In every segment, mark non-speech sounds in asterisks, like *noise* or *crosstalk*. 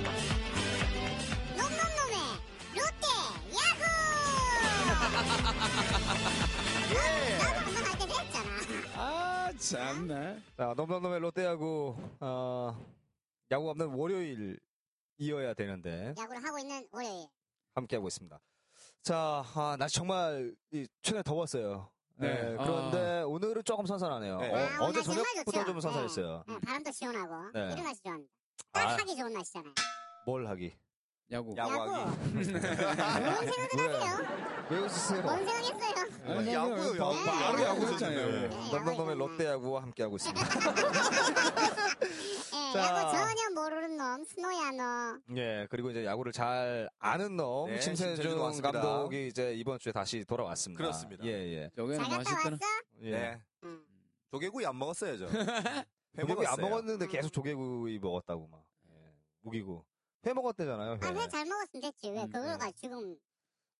*laughs* 예. 참나. 자, 넘넘넘의 롯데하고 아, 야구 없는 월요일 이어야 되는데 야구를 하고 있는 월요일. 함께하고 있습니다. 자, 아, 날씨 정말 이, 최근에 더웠어요. 네. 예, 그런데 오늘은 조금 선선하네요. 네. 아, 어, 오늘 제 날씨 정말 저녁부터 좋죠. 좀 선선했어요. 네, 바람도 시원하고 네. 이런 날씨 좋아합니다. 딱 아, 하기 좋은 날씨잖아요. 뭘 하기? 야구. 야구. 야구하기. 아, 네. 뭔 생각을 하세요? 왜 웃으세요? 뭔 생각했어요? 네. 아니, 네, 야구요, 바로 야구. 바로 야구 네. 했잖아요. 네. 넘넘넘의 롯데하고와 함께하고 있습니다. 예, 자. 야구 전혀 모르는 놈 스노야 너. 예, 그리고 이제 야구를 잘 아는 놈 네, 심세준 심세준 왔습니다. 감독이 이제 이번 주에 다시 돌아왔습니다. 그렇습니다. 예, 예. 저게는 잘 뭐 갔다 하실 때는 왔어? 예. 네. 응. 조개구이 안 *laughs* 먹었어요, 저. 네. 회 조개구이 안 먹었어요. 음. 먹었는데 계속 조개구이 먹었다고 막. 예. 우기고. 회 먹었대잖아요. 회. 아, 회 잘 먹었으면 됐지. 왜 네. 음, 그걸 음. 가 지금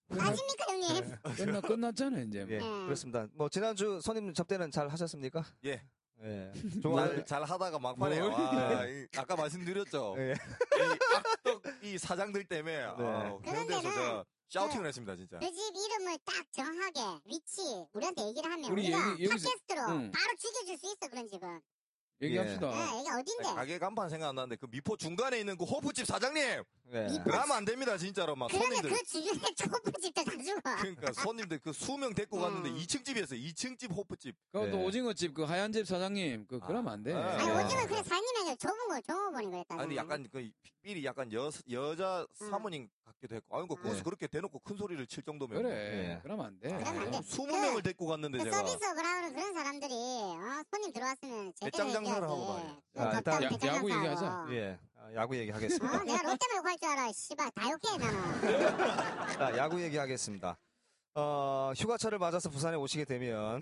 따집니까 형님? *laughs* 끝나 끝났잖아요 이제. 예, 음. 그렇습니다. 뭐 지난주 손님 접대는 잘 하셨습니까? 예. 예. 잘, 정말 잘 하다가 막판에 뭘? *laughs* 와, 이- 아까 말씀드렸죠. 예. 네. 이 악덕 이 사장들 때문에 아, 그런데는- 해운대에서 제가 샤우팅을 했습니다, 진짜. 그 집 이름을 딱 정하게 위치 우리한테 얘기를 하면 우리 우리 가 여기- 여기서- 팟캐스트로 응. 바로 죽여줄 수 있어 그런 집은. 얘기합시다. 예. 네, 이게 어딘데? 어. 가게 간판 생각 안 나는데 그 미포 중간에 있는 그 호프집 사장님 예. 그러면 안 됩니다 진짜로 막 그러면 손님들 그 주변에 *laughs* 초보 집도 다 죽어. 그러니까 손님들 그 수명 데리고 갔는데 음. 2층 집이었어요 2층 집 호프집 그럼 또 네. 오징어 집그 하얀 집 사장님 그 그러면 안 돼. 예. 아, 아니 네. 어쩌면 그래 사장님이 좁은 거 종업원이 그랬다. 아니 약간 그 삘이 약간 여, 여자 음. 사모님 같기도 했고 아니 그 거기서 네. 그렇게 대놓고 큰 소리를 칠 정도면 그래. 예. 그러면 안 돼. 그러면 안 돼. 20명을 데리고 갔는데 그 제가 서비스업을 하는 그런 사람들이 어, 손님 들어왔으면 제대로 배짱 얘기하지. 장사를 하고 말이야. 그 아, 덥다고 일단 야- 배짱 야구 장사하고. 얘기하자. 예. 아, 야구 어? 얘기하겠습니다. 내가 롯데만 욕할 줄 알아. 씨발 다 욕해 나는. 아, 자, 아, 야구 얘기하겠습니다. 어, 휴가철을 맞아서 부산에 오시게 되면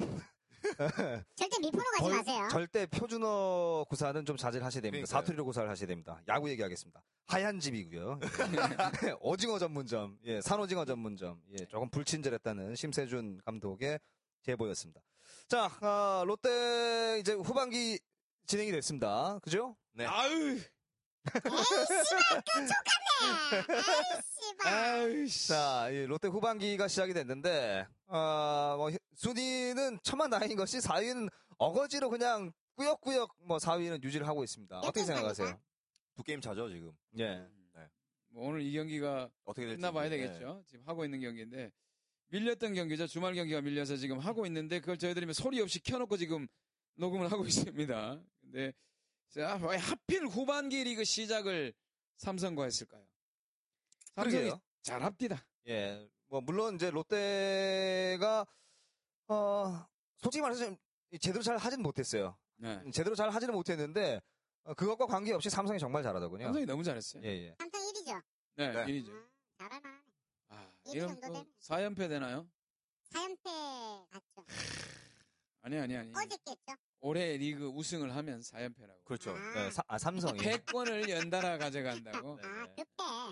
절대 미포로 가지 벌- 마세요. 절대 표준어 구사는 좀 자제를 하셔야 됩니다. 그러니까요. 사투리로 구사를 하셔야 됩니다. 야구 얘기하겠습니다. 하얀 집이고요. 네. *laughs* 오징어 전문점, 예, 산오징어 전문점, 예, 조금 불친절했다는 심세준 감독의 제보였습니다. 자, 아, 롯데 이제 후반기 진행이 됐습니다. 그죠? 네. 아유, 에이 씨발 또 족같네. 에이 예, 씨발. 아유, 씨. 자, 이 롯데 후반기가 시작이 됐는데, 아, 뭐, 순위는 천만다행인 것이 4위는 어거지로 그냥 꾸역꾸역 뭐 4위는 유지를 하고 있습니다. 어떻게 생각하세요? 두 게임 자죠 지금 예. 뭐 오늘 이 경기가 어떻게 될지 끝나봐야 네. 되겠죠. 지금 하고 있는 경기인데 밀렸던 경기죠. 주말 경기가 밀려서 지금 하고 있는데 그걸 저희들이 소리 없이 켜놓고 지금 녹음을 하고 *laughs* 있습니다. 근데 자, 왜 하필 후반기 리그 시작을 삼성과 했을까요? 삼성이 그러게요. 잘합디다. 예. 뭐, 물론 이제 롯데가, 어, 솔직히 말해서 좀 제대로 잘 하진 못했어요. 네. 제대로 잘 하지는 못했는데, 어, 그것과 관계없이 삼성이 정말 잘하더군요. 삼성이 너무 잘했어요. 예, 예. 삼성 1위죠. 네, 네. 이리죠. 잘할 만하네. 아, 이 이런 정도 또 되면. 4연패 되나요? 사연패 갔죠. 아니 아니 아니. 어저께죠. 올해 리그 우승을 하면 4연패라고. 그렇죠 네, 사- 아, 삼성이. 패권을 *laughs* 연달아 가져간다고. 아 네. 급해.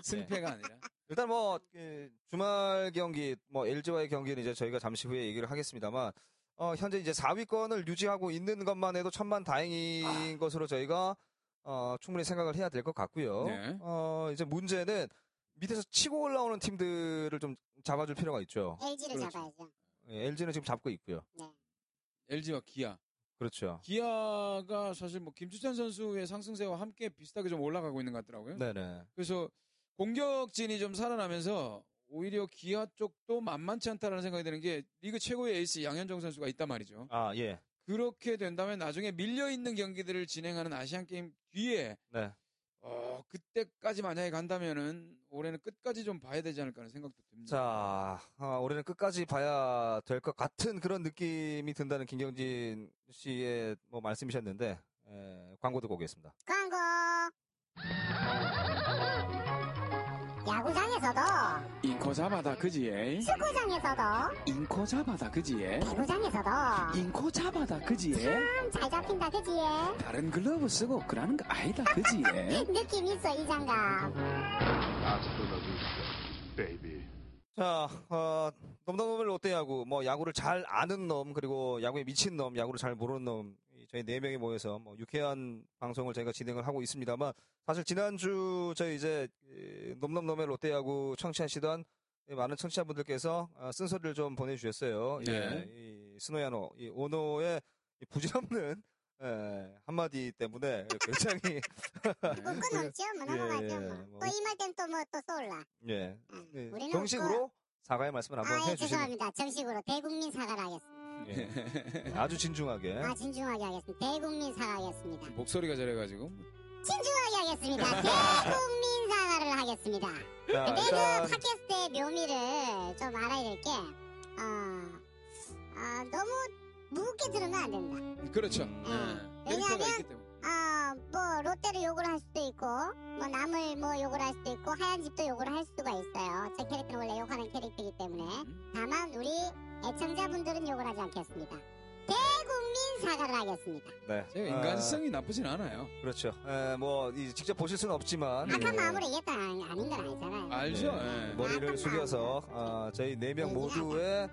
승패가 아니라. 일단 뭐 예, 주말 경기 뭐 LG와의 경기는 이제 저희가 잠시 후에 얘기를 하겠습니다만 어, 현재 이제 4위권을 유지하고 있는 것만 해도 천만 다행인 것으로 저희가 어, 충분히 생각을 해야 될 것 같고요. 네. 어, 이제 문제는 밑에서 치고 올라오는 팀들을 좀 잡아줄 필요가 있죠. 예, LG를 그렇죠. 잡아야죠. LG는 지금 잡고 있고요. 네. LG와 기아. 그렇죠. 기아가 사실 뭐 김주찬 선수의 상승세와 함께 비슷하게 좀 올라가고 있는 것 같더라고요. 네네. 그래서 공격진이 좀 살아나면서 오히려 기아 쪽도 만만치 않다라는 생각이 드는 게 리그 최고의 에이스 양현종 선수가 있단 말이죠. 아 예. 그렇게 된다면 나중에 밀려 있는 경기들을 진행하는 아시안 게임 뒤에 네. 어, 그때까지 만약에 간다면은 올해는 끝까지 좀 봐야 되지 않을까 하는 생각도 듭니다. 자, 아, 올해는 끝까지 봐야 될 것 같은 그런 느낌이 든다는 김경진 씨의 뭐 말씀이셨는데, 에, 광고 듣고 오겠습니다. 광고. 야구장에서도 잉코 잡아다 그지에 축구장에서도 잉코 잡아다 그지에 배구장에서도 잉코 잡아다 그지에 참 잘 잡힌다 그지에 다른 글러브 쓰고 그러는 거 아니다 그지에 *laughs* 느낌 있어 이 장갑. Hasta la vista, baby. 자, 어, 넘넘넘을 롯데야구, 뭐, 야구를 잘 아는 놈, 그리고 야구에 미친 놈, 야구를 잘 모르는 놈, 이 저희 네 명이 모여서 뭐, 유쾌한 방송을 저희가 진행을 하고 있습니다만, 사실 지난주 저희 이제, 이, 넘넘넘의 롯데야구 청취하시던 이 많은 어, 청취자분들께서 아, 쓴소리를 좀 보내주셨어요. 네. 예, 이 스노야노, 이 오노의 이 부질없는 예, 한마디 때문에 굉장히 *laughs* 뭐 끊었죠? 뭐 예, 넘어가죠. 예, 뭐. 뭐. 또 이 말 때문에 또 뭐 또 쏠라. 예, 응. 예, 우리는 없고. 정식으로 사과의 말씀을 한번 아예 해주시는 죄송합니다. 정식으로 대국민 사과를 하겠습니다. 예, 아주 진중하게 아 진중하게 하겠습니다. 대국민 사과하겠습니다. 목소리가 저래가지고 진중하게 *laughs* 하겠습니다. 대국민 사과를 하겠습니다. 자, 내가 일단 팟캐스트의 묘미를 좀 알아야 될 게, 어, 아, 너무 무겁게 들으면 안 된다. 그렇죠. 음. 예. 아. 왜냐하면- 캐릭터가 있기 때문에. 아, 뭐 롯데를 욕을 할 수도 있고 뭐 남을 뭐 욕을 할 수도 있고 하얀 집도 욕을 할 수가 있어요. 제 캐릭터는 원래 욕하는 캐릭터이기 때문에 음. 다만 우리 애청자분들은 욕을 하지 않겠습니다. 대국민 사과를 하겠습니다. 네. 제가 인간성이 나쁘진 않아요. 아, 그렇죠. 예, 뭐 이, 직접 보실 수는 없지만 아까 예, 마음으로 얘기했던 아니- 아닌 건 아니잖아요. 알죠. 네. 예. 머리를 숙여서 아, 저희 네 명 모두의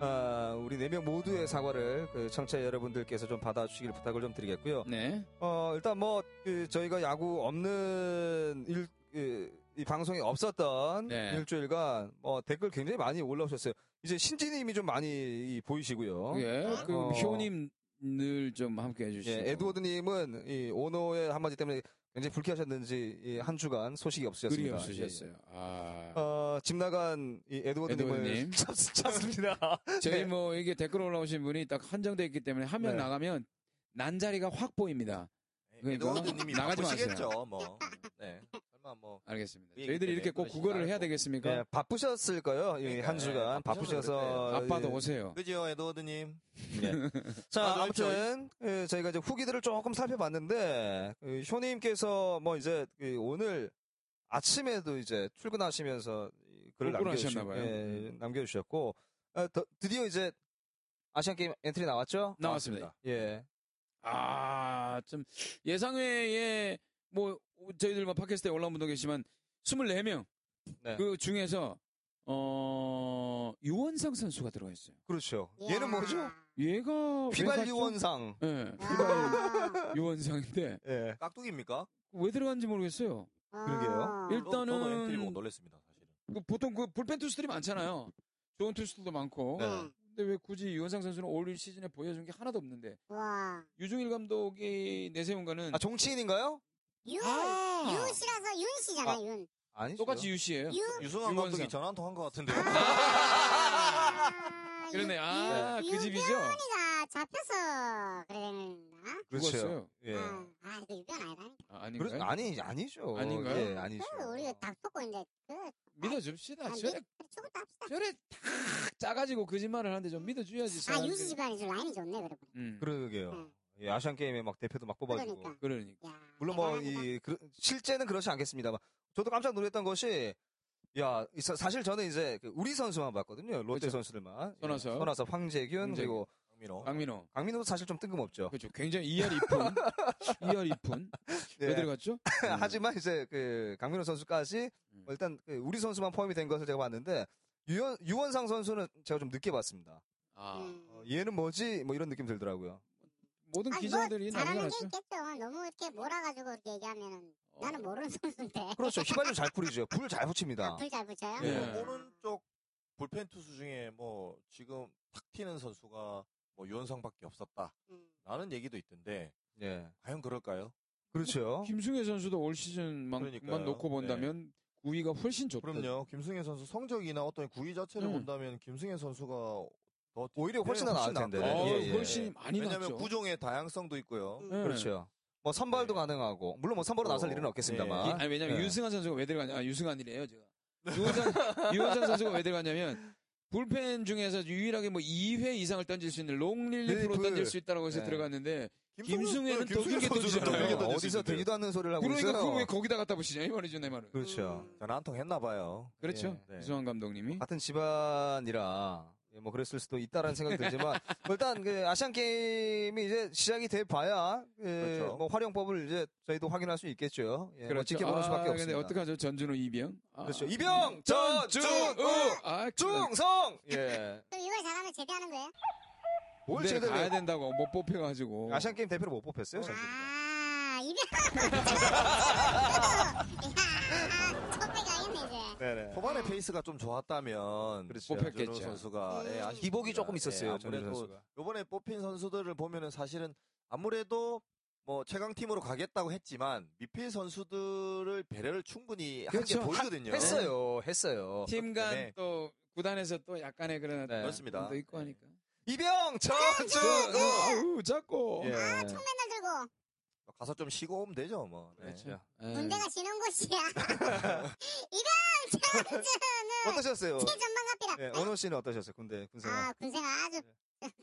아, 우리 네 명 모두의 사과를 그 청취자 여러분들께서 좀 받아주시길 부탁을 좀 드리겠고요. 네. 어, 일단 뭐그 저희가 야구 없는 일, 그, 이 방송이 없었던 네. 일주일간 어, 댓글 굉장히 많이 올라오셨어요. 이제 신지님이 좀 많이 이, 보이시고요. 예. 그 어. 효님 늘좀 함께 해주시고. 예, 에드워드님은 이 오노의 한마디 때문에 굉장히 불쾌하셨는지 이한 주간 소식이 없으셨습니다. 예, 예. 그리우셨어요. 아. 어, 집 나간 이 에드워드님을 에드워드님. *laughs* 찾- 찾습니다. 저희 네. 뭐 이게 댓글 올라오신 분이 딱 한정돼 있기 때문에 한 명 네. 나가면 난 자리가 확 보이입니다. 그러니까 예, 에드워드님이 나가지 바쁘시겠죠. 뭐. 네. 설마 뭐. 알겠습니다. 예, 저희들이 예, 이렇게 꼭 예, 구걸을 해야 알고. 되겠습니까? 예, 바쁘셨을 거예요. 이 그러니까, 한 주간 예, 바쁘셔서 바쁘셨을 아빠도 예. 오세요. 그죠, 에드워드님. 예. 네. *laughs* 자, 아, 아무튼 예, 저희가 이제 후기들을 조금 살펴봤는데 그 쇼님께서 뭐 이제 그 오늘 아침에도 이제 출근하시면서 이 글을 남겨주시, 출근하셨나 봐요. 예, 음. 남겨주셨고 아, 더- 드디어 이제 아시안 게임 엔트리 나왔죠? 나왔습니다. 예, 아, 좀 예상외에 뭐 저희들 뭐 팟캐스트에 올라온 분도 계시지만 24명 네. 그 중에서 어 유원상 선수가 들어가 있어요. 그렇죠. 얘는 뭐죠? 얘가 왜 휘발 갔죠? 유원상. 예. 어. 휘발 유원상인데 예. 깍두기입니까? 왜 들어간지 모르겠어요. 그러게요. 아, 일- 일단은- 어, 저도 엔트리 뭐, 보고 놀랬습니다, 사실은. 그 보통 그 불펜 투수들이 많잖아요. 좋은 투수들도 음. 많고. 네. 근데 왜 굳이 유원상 선수는 올 시즌에 보여준 게 하나도 없는데 와. 유중일 감독이 내세운 거는 아 정치인인가요? 윤. 아. 윤 씨라서 윤 아. 씨잖아요, 윤. 아니죠. 똑같이 유씨예요. 윤. 유승환 유원상. 감독이 전화 한 통 한 것 같은데요. 아, 그러네. 아, 윤- 그 집이죠? 윤병이가 잡혀서 그래 되는가? 그렇죠. 죽었어요. 예. 음. 아, 아, 이거 유병 아니라니까. 아, 그렇- 아닌가요? 아니 아니죠. 아닌가요? 예, 아니죠. 그 우리가 닭 뽑고 이제 그 믿어줍시다. 아, 저래, 조금 더 합시다. 저래 탁 짜가지고 거짓말을 하는데 좀 믿어줘야지. 아 사람들이. 유수 집안이 좀 라인이 좋네 그래 보니. 음, 그러게요. 응. 예, 아시안 게임에 막 대표도 막 뽑아주고. 그러니까. 그러니. 야, 물론 대단합니다. 음. 뭐이 실제는 그렇지 않겠습니다만 저도 깜짝 놀랐던 것이 야 이 사- 사실 저는 이제 그 우리 선수만 봤거든요. 롯데 그렇죠. 선수들만. 손아섭. 손아섭, 황재균 황재균. 그리고 강민호. 박민호. 강민호도 사실 좀 뜬금없죠. 그렇죠. 굉장히 이열 이푼. *laughs* 이열 이푼. 그 왜 예. 들어갔죠? *laughs* 하지만 이제 그 강민호 선수까지 음. 일단 그 우리 선수만 포함이 된 것을 제가 봤는데 유원, 유원상 선수는 제가 좀 늦게 봤습니다. 아, 음. 어, 얘는 뭐지? 뭐 이런 느낌 들더라고요. 모든 아니, 뭐 기자들이 잘하는 게 난리났죠. 있겠죠. 너무 이렇게 몰아가지고 이렇게 얘기하면은 어, 나는 모르는 *laughs* 선수인데. 그렇죠. 휘발유 잘 뿌리죠. 불 잘 *laughs* 붙입니다. 앞을 잘 붙여요. 예. 뭐 오른쪽 불펜 투수 중에 뭐 지금 탁 튀는 선수가 뭐 유원상밖에 없었다. 음. 라는 얘기도 있던데 예. 과연 그럴까요? 그렇죠. 김승혜 선수도 올 시즌만큼만 그러니까요. 놓고 네. 본다면 9위가 훨씬 좋다. 그럼요. 김승현 선수 성적이나 어떤 구위 자체를 음. 본다면 김승현 선수가 더 오히려 훨씬 더 나을 텐데. 어, 예, 예. 훨씬 많이 왜냐하면 났죠. 구종의 다양성도 있고요. 음. 예. 그렇죠. 뭐 선발도 네. 가능하고 물론 뭐 선발로 나설 어, 일은 없겠습니다만. 이- 아니 왜냐면 예. 유승환 선수가 왜 들어가냐 아, 유승환이래요 제가 네. 유원상, *laughs* 유원상 선수가 왜 들어가냐면 불펜 중에서 유일하게 뭐 2회 이상을 던질 수 있는 롱릴리프로 릴리프. 던질 수 있다고 해서 네. 들어갔는데 김승현은 또 길게 선수는 또 던지잖아요. 길게 던질 수 어디서 있는데요. 들리도 않는 소리를 하고 그러니까 있어요. 그걸 왜 거기다 갖다 보시냐 이 말이죠 내 말은 그렇죠. 음. 전화 한 통 했나 봐요. 그렇죠 예, 네. 유승환 감독님이 같은 집안이라 예, 뭐 그랬을 수도 있다라는 생각이 *laughs* 들지만 뭐 일단 그 아시안 게임이 이제 시작이 돼 봐야 예, 그렇죠. 뭐 활용법을 이제 저희도 확인할 수 있겠죠. 예, 뭐 그렇죠 지켜보는 수밖에 아, 근데 없습니다. 어떡하죠 전준우 이병 아. 그렇죠. 이병 전준우 아, 중성 예. 그럼 이걸 잘하면 제대하는 거예요? 뭘 근데 제대로 네, 가야 된다고 못 뽑혀가지고 아시안 게임 대표로 못 뽑혔어요. 전준우가. *laughs* 아 이병. 야, 첫배가 아니네 이제. 네네. 초반에 페이스가 좀 좋았다면 그렇죠. 전준우 뽑혔겠죠. 선수가 음. 예, 아쉽습니다. 기복이 조금 있었어요. 예, 전준우 아무래도 선수가. 이번에 뽑힌 선수들을 보면은 사실은 아무래도 뭐 최강 팀으로 가겠다고 했지만 미필 선수들을 배려를 충분히 한 게 그렇죠. 보이거든요. 했어요, 했어요. 팀간 네. 또 구단에서 또 약간의 그런 네. 그렇습니다. 도 있고 하니까. 네. 이병 저, 전준우. 아우 작고. 예. 맨날 들고 가서 좀 쉬고 오면 되죠, 뭐. 네. 그렇죠. 아, 군대가 지는 곳이야. *laughs* 이건 저는 어떠셨어요? 최전방갑이다. 네, 원호 씨는 어떠셨어요? 군대 군생활. 아 군생활 아주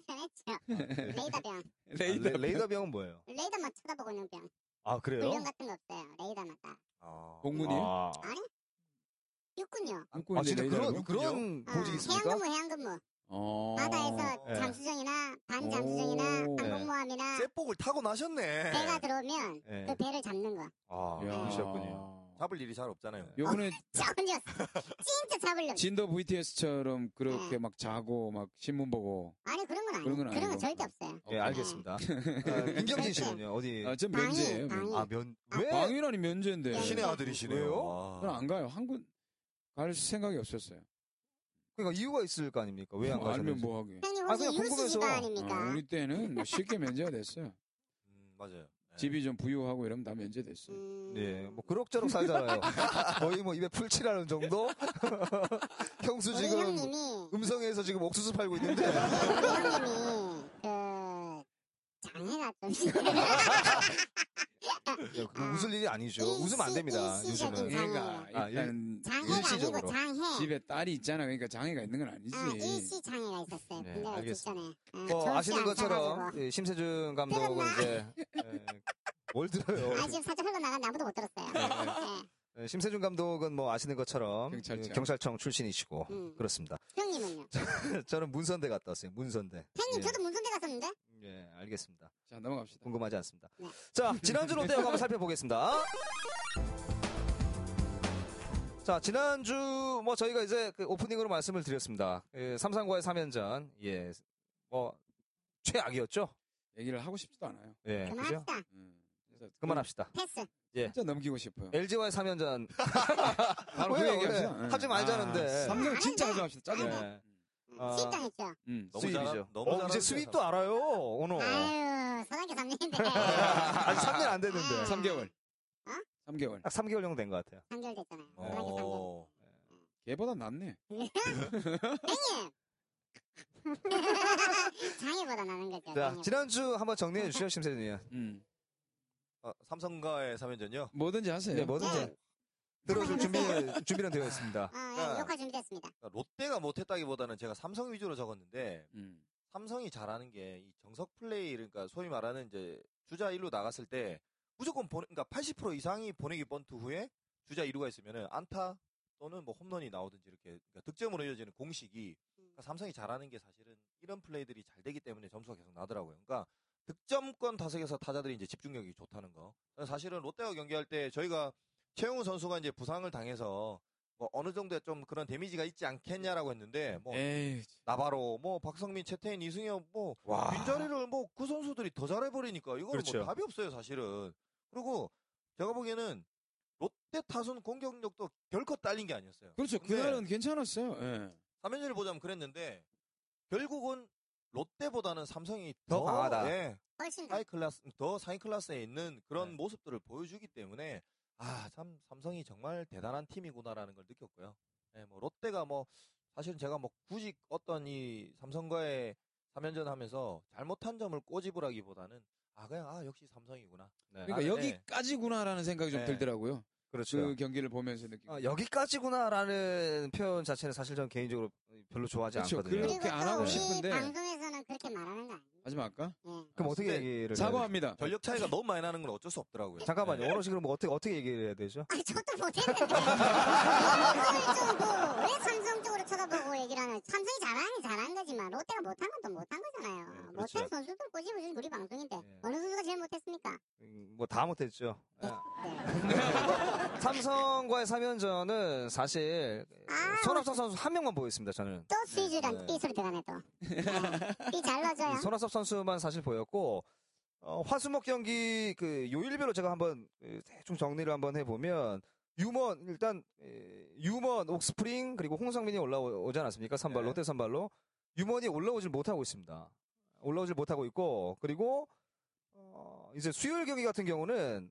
편했죠. 레이더 *laughs* 병, 예. 네. *laughs* 레이더. 레- 레이더 병은 뭐예요? 레이더만 쳐다보고 있는 병. 아 그래요? 훈련 같은 거 없어요. 레이더만 딱. 아. 공군이요? 아, 육군요. 안고 아, 진짜 있는 레이더라고? 그런 그런 어, 보직 있습니까? 해양근무, 해양근무. 어. 바다에서 네. 잠수정이나 반잠수정이나 오. 네. 항공모함이나 쇠복을 아, 타고 나셨네. 배가 들어오면 네. 그 배를 잡는 거. 야. 아, 그러셨군요. 잡을 일이 잘 없잖아요. 요번에 전혀 *laughs* 진짜 잡으려고. 진더 VTS처럼 그렇게 네. 막 자고 막 신문 보고 아니 그런 건 아니에요. 그런 건 그런 건 아니고. 절대 없어요. 예, *laughs* 알겠습니다. 아, *laughs* 임경진 씨는요, 어디? 아, 전 방위, 면제예요. 방위. 아, 면, 왜? 방위. 아니 면제인데. 네. 신의 아들이시네요. 저는 아. 안 가요. 한군 갈 생각이 없었어요. 그러니까 이유가 있을 거 아닙니까? 왜 안 뭐 알면 가셨는지. 뭐 하게. 형님 아, 혹시 그냥 유스 궁금해서. 어, 시가 아닙니까? 아, 우리 때는 뭐 쉽게 면제가 *laughs* 됐어요. 네. 음, 맞아요. 네. 집이 좀 부유하고 이러면 다 면제됐어요. 음... 예, 뭐 그럭저럭 *laughs* 살잖아요. 거의 뭐 입에 풀칠하는 정도? *laughs* 형수 우리 지금 뭐 형님이 음성에서 지금 옥수수 팔고 있는데. 우리 형님이 *laughs* 그 장애가 좀 예, 그 웃을 일이 아니죠. 웃으면 안 됩니다. 일시- 일시적인 요즘은. 장애. 애가 아, 뭐 일단 *laughs* 음. 예. 장애가 일시적으로. 아니고 장애. 집에 딸이 있잖아. 그러니까 장애가 있는 건 아니지. 아, 일시 장애가 있었어요. 네, 군대가 있기 알겠습니다. 전에. 뭐 아시는 것처럼 예, 심세준 감독은 끝났나? 이제 예, 뭘 들어요? 아, 지금 사전 흘러나간 아무도 못 들었어요. 네. 예, 심세준 감독은 뭐 아시는 것처럼 경찰청. 예, 경찰청 출신이시고 음. 그렇습니다. 형님은요? 저는 문선대 갔다 왔어요. 문선대. 형님, 예. 저도 문선대 갔었는데? 예, 알겠습니다. 자 넘어갑시다. 궁금하지 않습니다. 네. 자, *laughs* 지난주 롯데야구 한번 살펴보겠습니다. 자, 지난주 뭐 저희가 이제 그 오프닝으로 말씀을 드렸습니다. 예, 삼성과의 3연전. 예. 뭐 최악이었죠? 얘기를 하고 싶지도 않아요. 예. 그죠? 그만합시다. 음. 그래서 그만합시다. 예, 패스. 진짜 넘기고 싶어요. LG와의 3연전. *laughs* 바로 왜요? 그 얘기합시다. 왜? 예. 하지 말자는데. 아, 삼성 진짜 하지 맙시다. 짜증나. 예. 아. 실당했죠. 음. 너무 수입이죠. 잘한- 너무 어, 이제 잘하는데, 수입도 알아요. 오늘. 아유, 서당계 3년인데. 아직 3년 안 *laughs* 됐는데. 아. 3개월. 어? 3개월. 딱 3개월 정도 된 것 같아요. 단결됐잖아요. 서당계 3년. 어. 걔보다 낫네. *laughs* 장애보다 나는 거죠. 자, 장애보다. 지난주 한번 정리해 주시죠, 심세준 님. 음. 아, 삼성과의 3연전요? 뭐든지 하세요. 네, 뭐든지 들어줄 준비 준비는 되어 있습니다. 아, 자. 예, 역할 준비됐습니다. 그러니까 롯데가 못했다기보다는 제가 삼성 위주로 적었는데 음. 삼성이 잘하는 게 이 정석 플레이 그러니까 소위 말하는 이제 주자 1루 나갔을 때 무조건 보내 그러니까 80% 이상이 보내기 번트 후에 주자 2루가 있으면은 안타 또는 뭐 홈런이 나오든지 이렇게 그러니까 득점으로 이어지는 공식이 그러니까 삼성이 잘하는 게 사실은 이런 플레이들이 잘 되기 때문에 점수가 계속 나더라고요. 그러니까 득점권 타석에서 타자들이 이제 집중력이 좋다는 거. 사실은 롯데와 경기할 때 저희가 최용우 선수가 이제 부상을 당해서 뭐 어느 정도 좀 그런 데미지가 있지 않겠냐라고 했는데 어. 뭐 에이. 나바로 뭐 박성민 채태인 이승엽 뭐 와. 빈자리를 뭐 그 선수들이 더 잘해버리니까 이거는 아. 그렇죠. 뭐 답이 없어요 사실은 그리고 제가 보기에는 롯데 타순 공격력도 결코 딸린 게 아니었어요 그렇죠. 근데 그날은 괜찮았어요. 예. 3연전을 보자면 그랬는데 결국은 롯데보다는 삼성이 더 더, 강하다. 예, 훨씬 더. 하이 클래스 더 상위 클래스에 있는 그런 네. 모습들을 보여주기 때문에 아 참 삼성이 정말 대단한 팀이구나라는 걸 느꼈고요. 네, 뭐 롯데가 뭐 사실은 제가 뭐 굳이 어떤 이 삼성과의 3연전 하면서 잘못한 점을 꼬집으라기보다는 아 그냥 아 역시 삼성이구나. 그러니까 나는- 여기까지구나라는 생각이 좀 네. 들더라고요. 예. 그렇죠. 그 경기를 보면서 느끼고. 아, 여기까지구나라는 표현 자체는 사실 저는 개인적으로 별로 좋아하지 그렇죠. 않거든요. 그렇게 그리고 안 또 하고 우리 싶은데. 방송에서는 그렇게 말하는 거 아니에요? 하지 말까? 예. 그럼 아, 어떻게 근데 얘기를 해야 돼요? 사과합니다. 전력 차이가 너무 많이 나는 건 어쩔 수 없더라고요. 잠깐만요. 원호 씨 그럼 뭐 어떻게 어떻게 얘기를 해야 되죠? 아, 저도 못했는데. *laughs* 좀뭐왜 삼성 쪽으로 쳐다보고 얘기를 하는? 삼성이 잘하는 게 잘한 거지만 롯데가 못한 건 또 못한 거잖아요. 예, 네, 그렇죠. 못한 선수들 꼬집어주는 우리 방송인데 네. 어느 선수가 제일 못했습니까? 뭐 다 못했죠. *laughs* 예. 네. 삼성과의 3연전은 사실 예, 아, 손합섭 선수 한 명만 보였습니다. 저는 또 스위즈란 네. 삐 소리 들어가네 또. 네. 삐 *laughs* 잘라줘요. 이 손합섭 선수만 사실 보였고 어, 화수목 경기 그 요일별로 제가 한번 그 대충 정리를 한번 해보면 유먼 일단 에, 유먼 옥스프링 그리고 홍상민이 올라오지 않았습니까? 선발 네. 롯데 선발로 유먼이 올라오질 못하고 있습니다. 올라오질 못하고 있고 그리고 어, 이제 수요일 경기 같은 경우는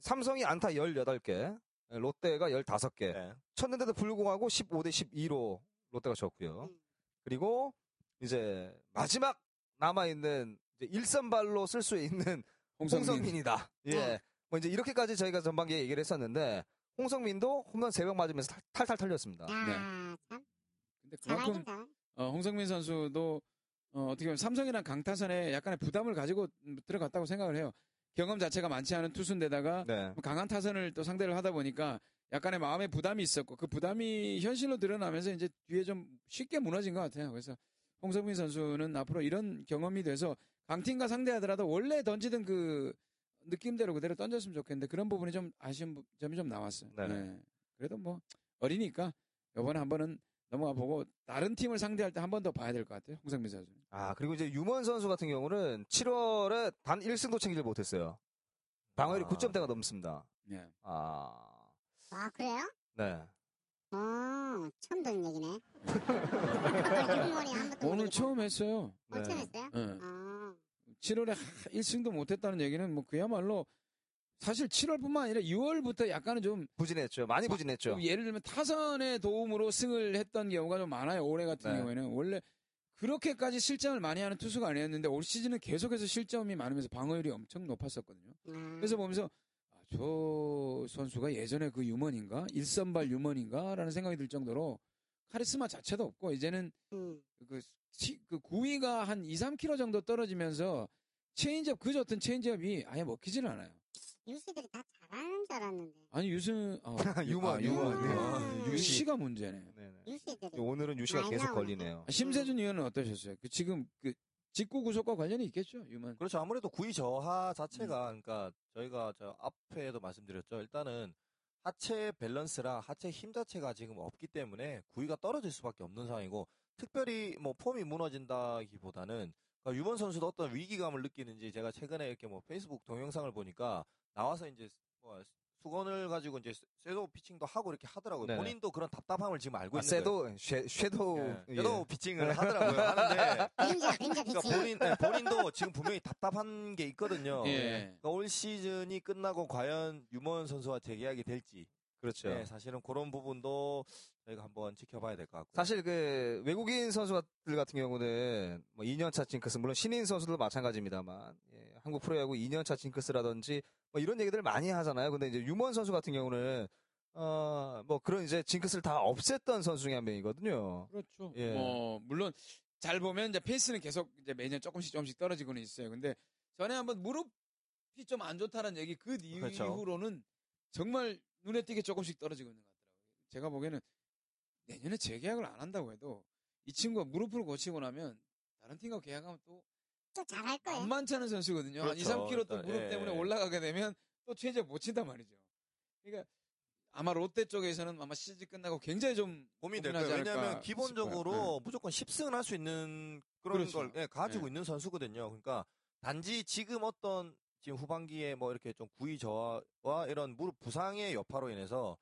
삼성이 안타 18개, 롯데가 15개 네. 쳤는데도 불구하고 15대 12로 롯데가 졌고요. 음. 그리고 이제 마지막 남아 있는 이제 일선발로 쓸 수 있는 홍성민. 홍성민이다. 어. 예. 뭐 이제 이렇게까지 저희가 전반기에 얘기를 했었는데 홍성민도 홈런 3명 맞으면서 탈- 탈탈 털렸습니다. 아, 참. 근데 잘 네. 알긴 그만큼 잘. 어, 홍성민 선수도 어, 떻게 보면 삼성이랑 강타선에 약간의 부담을 가지고 음, 들어갔다고 생각을 해요. 경험 자체가 많지 않은 투수인데다가 네. 강한 타선을 또 상대를 하다 보니까 약간의 마음의 부담이 있었고 그 부담이 현실로 드러나면서 이제 뒤에 좀 쉽게 무너진 것 같아요. 그래서 홍성민 선수는 앞으로 이런 경험이 돼서 강팀과 상대하더라도 원래 던지던 그 느낌대로 그대로 던졌으면 좋겠는데 그런 부분이 좀 아쉬운 부- 점이 좀 나왔어요. 네네. 예. 그래도 뭐 어리니까 이번에 한 번은 넘어가 보고 다른 팀을 상대할 때 한 번 더 봐야 될 것 같아요. 홍성민 선수. 아, 그리고 이제 유먼 선수 같은 경우는 7월에 단 1승도 챙기지 못했어요. 방어율이 아. 9점대가 넘습니다. 예. 아. 아, 그래요? 네. 어, 처음 듣는 얘기네. 그걸 *laughs* 한 번도 오늘 처음 했어요. 네. 어, 처음 했어요? 예. 어. 7월에 1승도 못했다는 얘기는 뭐 그야말로 사실 7월뿐만 아니라 2월부터 약간은 좀, 부진했죠. 많이 부진했죠. 좀 어, 예를 들면 타선의 도움으로 승을 했던 경우가 좀 많아요. 올해 같은 네. 경우에는 원래 그렇게까지 실점을 많이 하는 투수가 아니었는데 올 시즌은 계속해서 실점이 많으면서 방어율이 엄청 높았었거든요. 네. 아. 음. 그래서 보면서 아, 저 선수가 예전에 그 유먼인가 일선발 유먼인가라는 생각이 들 정도로 카리스마 자체도 없고 이제는 음. 그, 치- 그 구위가 한 2, 3kg 정도 떨어지면서 체인지업 그저 어떤 체인지업이 아예 먹히질 않아요. 유씨들이 다 잘하는 줄 알았는데. 아니 유승 어, *laughs* 유먼, 아, 유먼. 네. 아, 유시. 유씨가 문제네. 네네. 유씨들이. 오늘은 유시가 많이 계속 나오네. 걸리네요. 아, 심세준 의원은 어떠셨어요? 그 지금 그 직구 구속과 관련이 있겠죠, 유만. 그렇죠. 아무래도 구위 저하 자체가 음. 그러니까 저희가 저 앞에도 말씀드렸죠. 일단은 하체 밸런스랑 하체 힘 자체가 지금 없기 때문에 구위가 떨어질 수밖에 없는 상황이고 특별히 뭐 폼이 무너진다기보다는 그러니까 유번 선수도 어떤 위기감을 느끼는지 제가 최근에 이렇게 뭐 페이스북 동영상을 보니까 나와서 이제 뭐 수건을 가지고 이제 쇄도 피칭도 하고 이렇게 하더라고요. 네네. 본인도 그런 답답함을 지금 알고 아, 있는 거예요. 섀도우, 쉐- 섀도우. 예. 예. 섀도우 피칭을 하더라고요. 하는데 그림자, 그림자 그러니까 비치. 본인 네, 본인도 지금 분명히 답답한 게 있거든요. 예. 그러니까 올 시즌이 끝나고 과연 유먼 선수와 재계약이 될지 그렇죠. 네, 사실은 그런 부분도 저희가 한번 지켜봐야 될 것 같고 사실 그 외국인 선수들 같은 경우는 뭐 2년차 징크스 물론 신인 선수들도 마찬가지입니다만 예, 한국 프로야구 2년차 징크스라든지 뭐 이런 얘기들 많이 하잖아요. 근데 이제 유먼 선수 같은 경우는 어 뭐 그런 이제 징크스를 다 없앴던 선수 중에 한 명이거든요. 그렇죠. 예. 뭐 물론 잘 보면 이제 페이스는 계속 이제 매년 조금씩 조금씩 떨어지고는 있어요. 근데 전에 한번 무릎이 좀 안 좋다는 얘기 그 이후- 그렇죠. 이후로는 정말 눈에 띄게 조금씩 떨어지고 있는 것 같더라고요. 제가 보기에는 내년에 재계약을 안 한다고 해도 이 친구가 무릎을 고치고 나면 다른 팀과 계약하면 또 또 잘할 거예요. 뭐. 만만치 않은 선수거든요. 한 2, 그렇죠. 3kg 또 일단, 무릎 예, 때문에 예. 올라가게 되면 또 체제 못 친단 말이죠. 그러니까 아마 롯데 쪽에서는 아마 시즌 끝나고 굉장히 좀 고민될 고민하지 거예요. 왜냐하면 않을까 기본적으로 싶어요. 네. 무조건 10승을 할 수 있는 그런 그렇죠. 걸 예, 가지고 예. 있는 선수거든요. 그러니까 단지 지금 어떤 지금 후반기에 뭐 이렇게 좀 구위 저하와 이런 무릎 부상의 여파로 인해서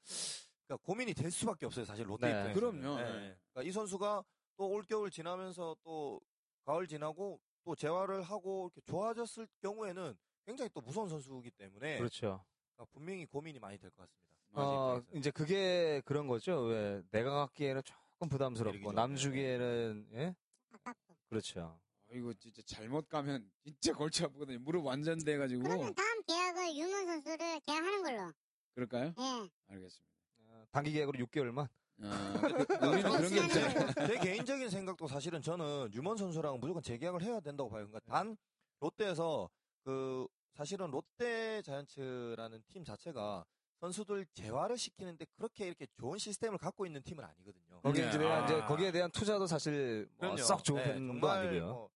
그러니까 고민이 될 수밖에 없어요. 사실 롯데 네. 입장에서 그럼요. 네. 그러니까 이 선수가 또 올겨울 지나면서 또 가을 지나고 또 재활을 하고 이렇게 좋아졌을 경우에는 굉장히 또 무서운 선수이기 네. 때문에 그렇죠. 그러니까 분명히 고민이 많이 될 것 같습니다. 아, 어, 입장에서는. 이제 그게 그런 거죠. 왜 내가 갖기에는 조금 부담스럽고 매력이죠. 남주기에는 예? 아깝고. 그렇죠. 이거 진짜 잘못 가면 진짜 골치 아프거든요. 무릎 완전 돼가지고 그러면 다음 계약을 유문 선수를 계약하는 걸로. 그럴까요? 예. 알겠습니다. 어, 단기 계약으로 6개월만. 아, *laughs* 우리는 그런 게 시간이 없잖아요. 제 개인적인 생각도 사실은 저는 유먼 선수랑 무조건 재계약을 해야 된다고 봐요. 그러니까 단 롯데에서 그 사실은 롯데 자이언츠라는 팀 자체가 선수들 재활을 시키는데 그렇게 이렇게 좋은 시스템을 갖고 있는 팀은 아니거든요. 거기에, 네, 이제, 아. 이제 거기에 대한 투자도 사실 뭐 그럼요. 썩 좋은 네, 편도 정말 아니고요. 뭐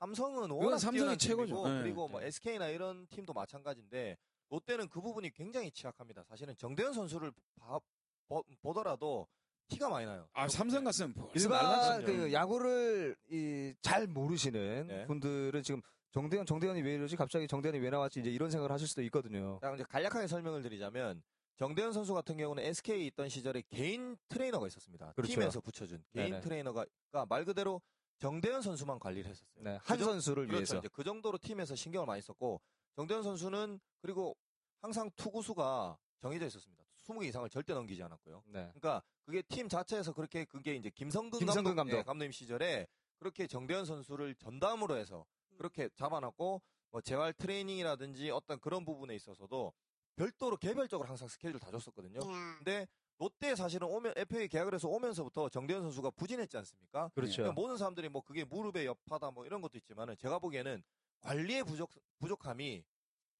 삼성은 그건 워낙 삼성이 뛰어난 최고죠. 팀이고 네. 그리고 뭐 네. SK나 이런 팀도 마찬가지인데 롯데는 그 부분이 굉장히 취약합니다. 사실은 정대현 선수를 봐- 보, 더라도 티가 많이 나요. 아 삼성 갔으면 벌써 일반 날라갔죠. 그 야구를 이, 잘 모르시는 네. 분들은 지금 정대현 정대현이 왜 이러지? 갑자기 정대현이 왜 나왔지? 이제 이런 생각을 하실 수도 있거든요. 자, 이제 간략하게 설명을 드리자면 정대현 선수 같은 경우는 SK에 있던 시절에 개인 트레이너가 있었습니다. 그렇죠. 팀에서 붙여준 개인 네네. 트레이너가 그러니까 말 그대로 정대현 선수만 관리를 했었어요. 네, 한 그 정- 선수를 그렇죠. 위해서. 이제 그 정도로 팀에서 신경을 많이 썼고 정대현 선수는 그리고 항상 투구수가 정해져 있었습니다. 20개 이상을 절대 넘기지 않았고요. 네. 그러니까 그게 팀 자체에서 그렇게 그게 이제 김성근, 김성근 감독. 예, 감독님 시절에 그렇게 정대현 선수를 전담으로 해서 그렇게 잡아놨고 뭐 재활 트레이닝이라든지 어떤 그런 부분에 있어서도 별도로 개별적으로 항상 스케줄 다 줬었거든요. 야. 근데 롯데 사실은 오면 FA 계약을 해서 오면서부터 정대현 선수가 부진했지 않습니까? 그렇죠. 그러니까 모든 사람들이 뭐 그게 무릎의 여파다 뭐 이런 것도 있지만은 제가 보기에는 관리의 부족 부족함이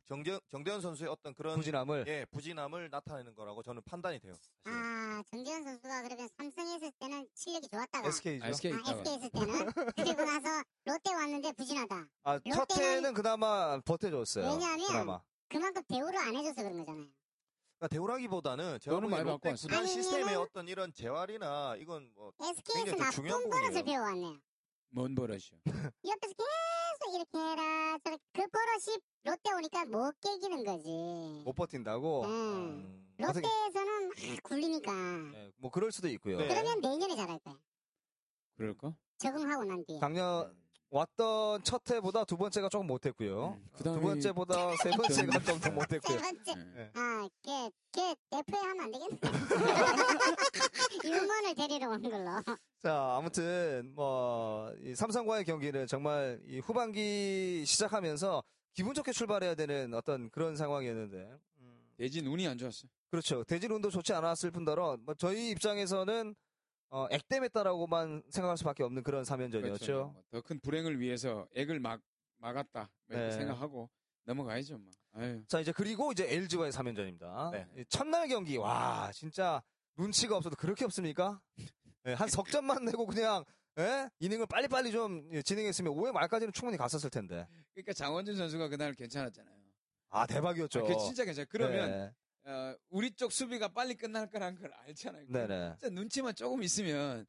정대, 정대현 선수의 어떤 음. 그런 부진함을 예, 부진함을 나타내는 거라고 저는 판단이 돼요. 사실. 아, 정재현 선수가 그러면 삼성에 있을 때는 실력이 좋았다가. SK죠. SK 아, 있다가. SK 있을 때는. 그리고 나서 롯데 왔는데 부진하다. 아, 첫 롯데는- 해는 그나마 버텨줬어요. 왜냐하면 그나마. 그만큼 대우를 안 해줘서 그런 거잖아요. 그러니까 대우라기보다는 제가 너는 보기에 많이 롯데 바꿔왔어. 구단 아니면은- 시스템의 어떤 이런 재활이나 이건 뭐 SK에서 굉장히 좀 중요한 나쁜 버릇을 부분이에요. 배워왔네요. 뭔 버릇이요? 옆에서 계속 이렇게 해라. 저렇게. 그 버릇이 롯데 오니까 못 깨기는 거지. 못 버틴다고. 음. 음, 네. 롯데에서는 아, 굴리니까. 네, 뭐 그럴 수도 있고요. 네. 그러면 내년에 잘할 거야. 그럴까? 적응하고 난 뒤에. 작년 왔던 첫 해보다 두 번째가 조금 못했고요. 음, 그다음에- 두 번째보다 세 번째가 좀 더 세 못했고요. 번째. 예. 아, 걔, 걔, FA 하면 안 되겠네. *laughs* 유머를 데리러 온 걸로. 자, 아무튼 뭐이 삼성과의 경기는 정말 이 후반기 시작하면서 기분 좋게 출발해야 되는 어떤 그런 상황이었는데. 음, 대진 운이 안 좋았어요. 그렇죠. 대진 운도 좋지 않았을 뿐더러 뭐 저희 입장에서는 어, 액땜했다라고만 생각할 수밖에 없는 그런 3연전이었죠. 그렇죠. 뭐 더 큰 불행을 위해서 액을 막 막았다 뭐 이렇게 네. 생각하고 넘어가야죠. 뭐. 아유. 자, 이제 그리고 이제 LG와의 3연전입니다. 네. 첫날 경기, 와, 진짜 눈치가 없어도 그렇게 없습니까? 예, 한 석점만 내고 그냥, 예? 이닝을 빨리빨리 좀 예, 진행했으면 5회 말까지는 충분히 갔었을 텐데. 그러니까 장원준 선수가 그날 괜찮았잖아요. 아, 대박이었죠. 아, 그 진짜 괜찮아. 그러면 네. 어, 우리 쪽 수비가 빨리 끝날 거란 걸 알잖아요. 네네. 진짜 눈치만 조금 있으면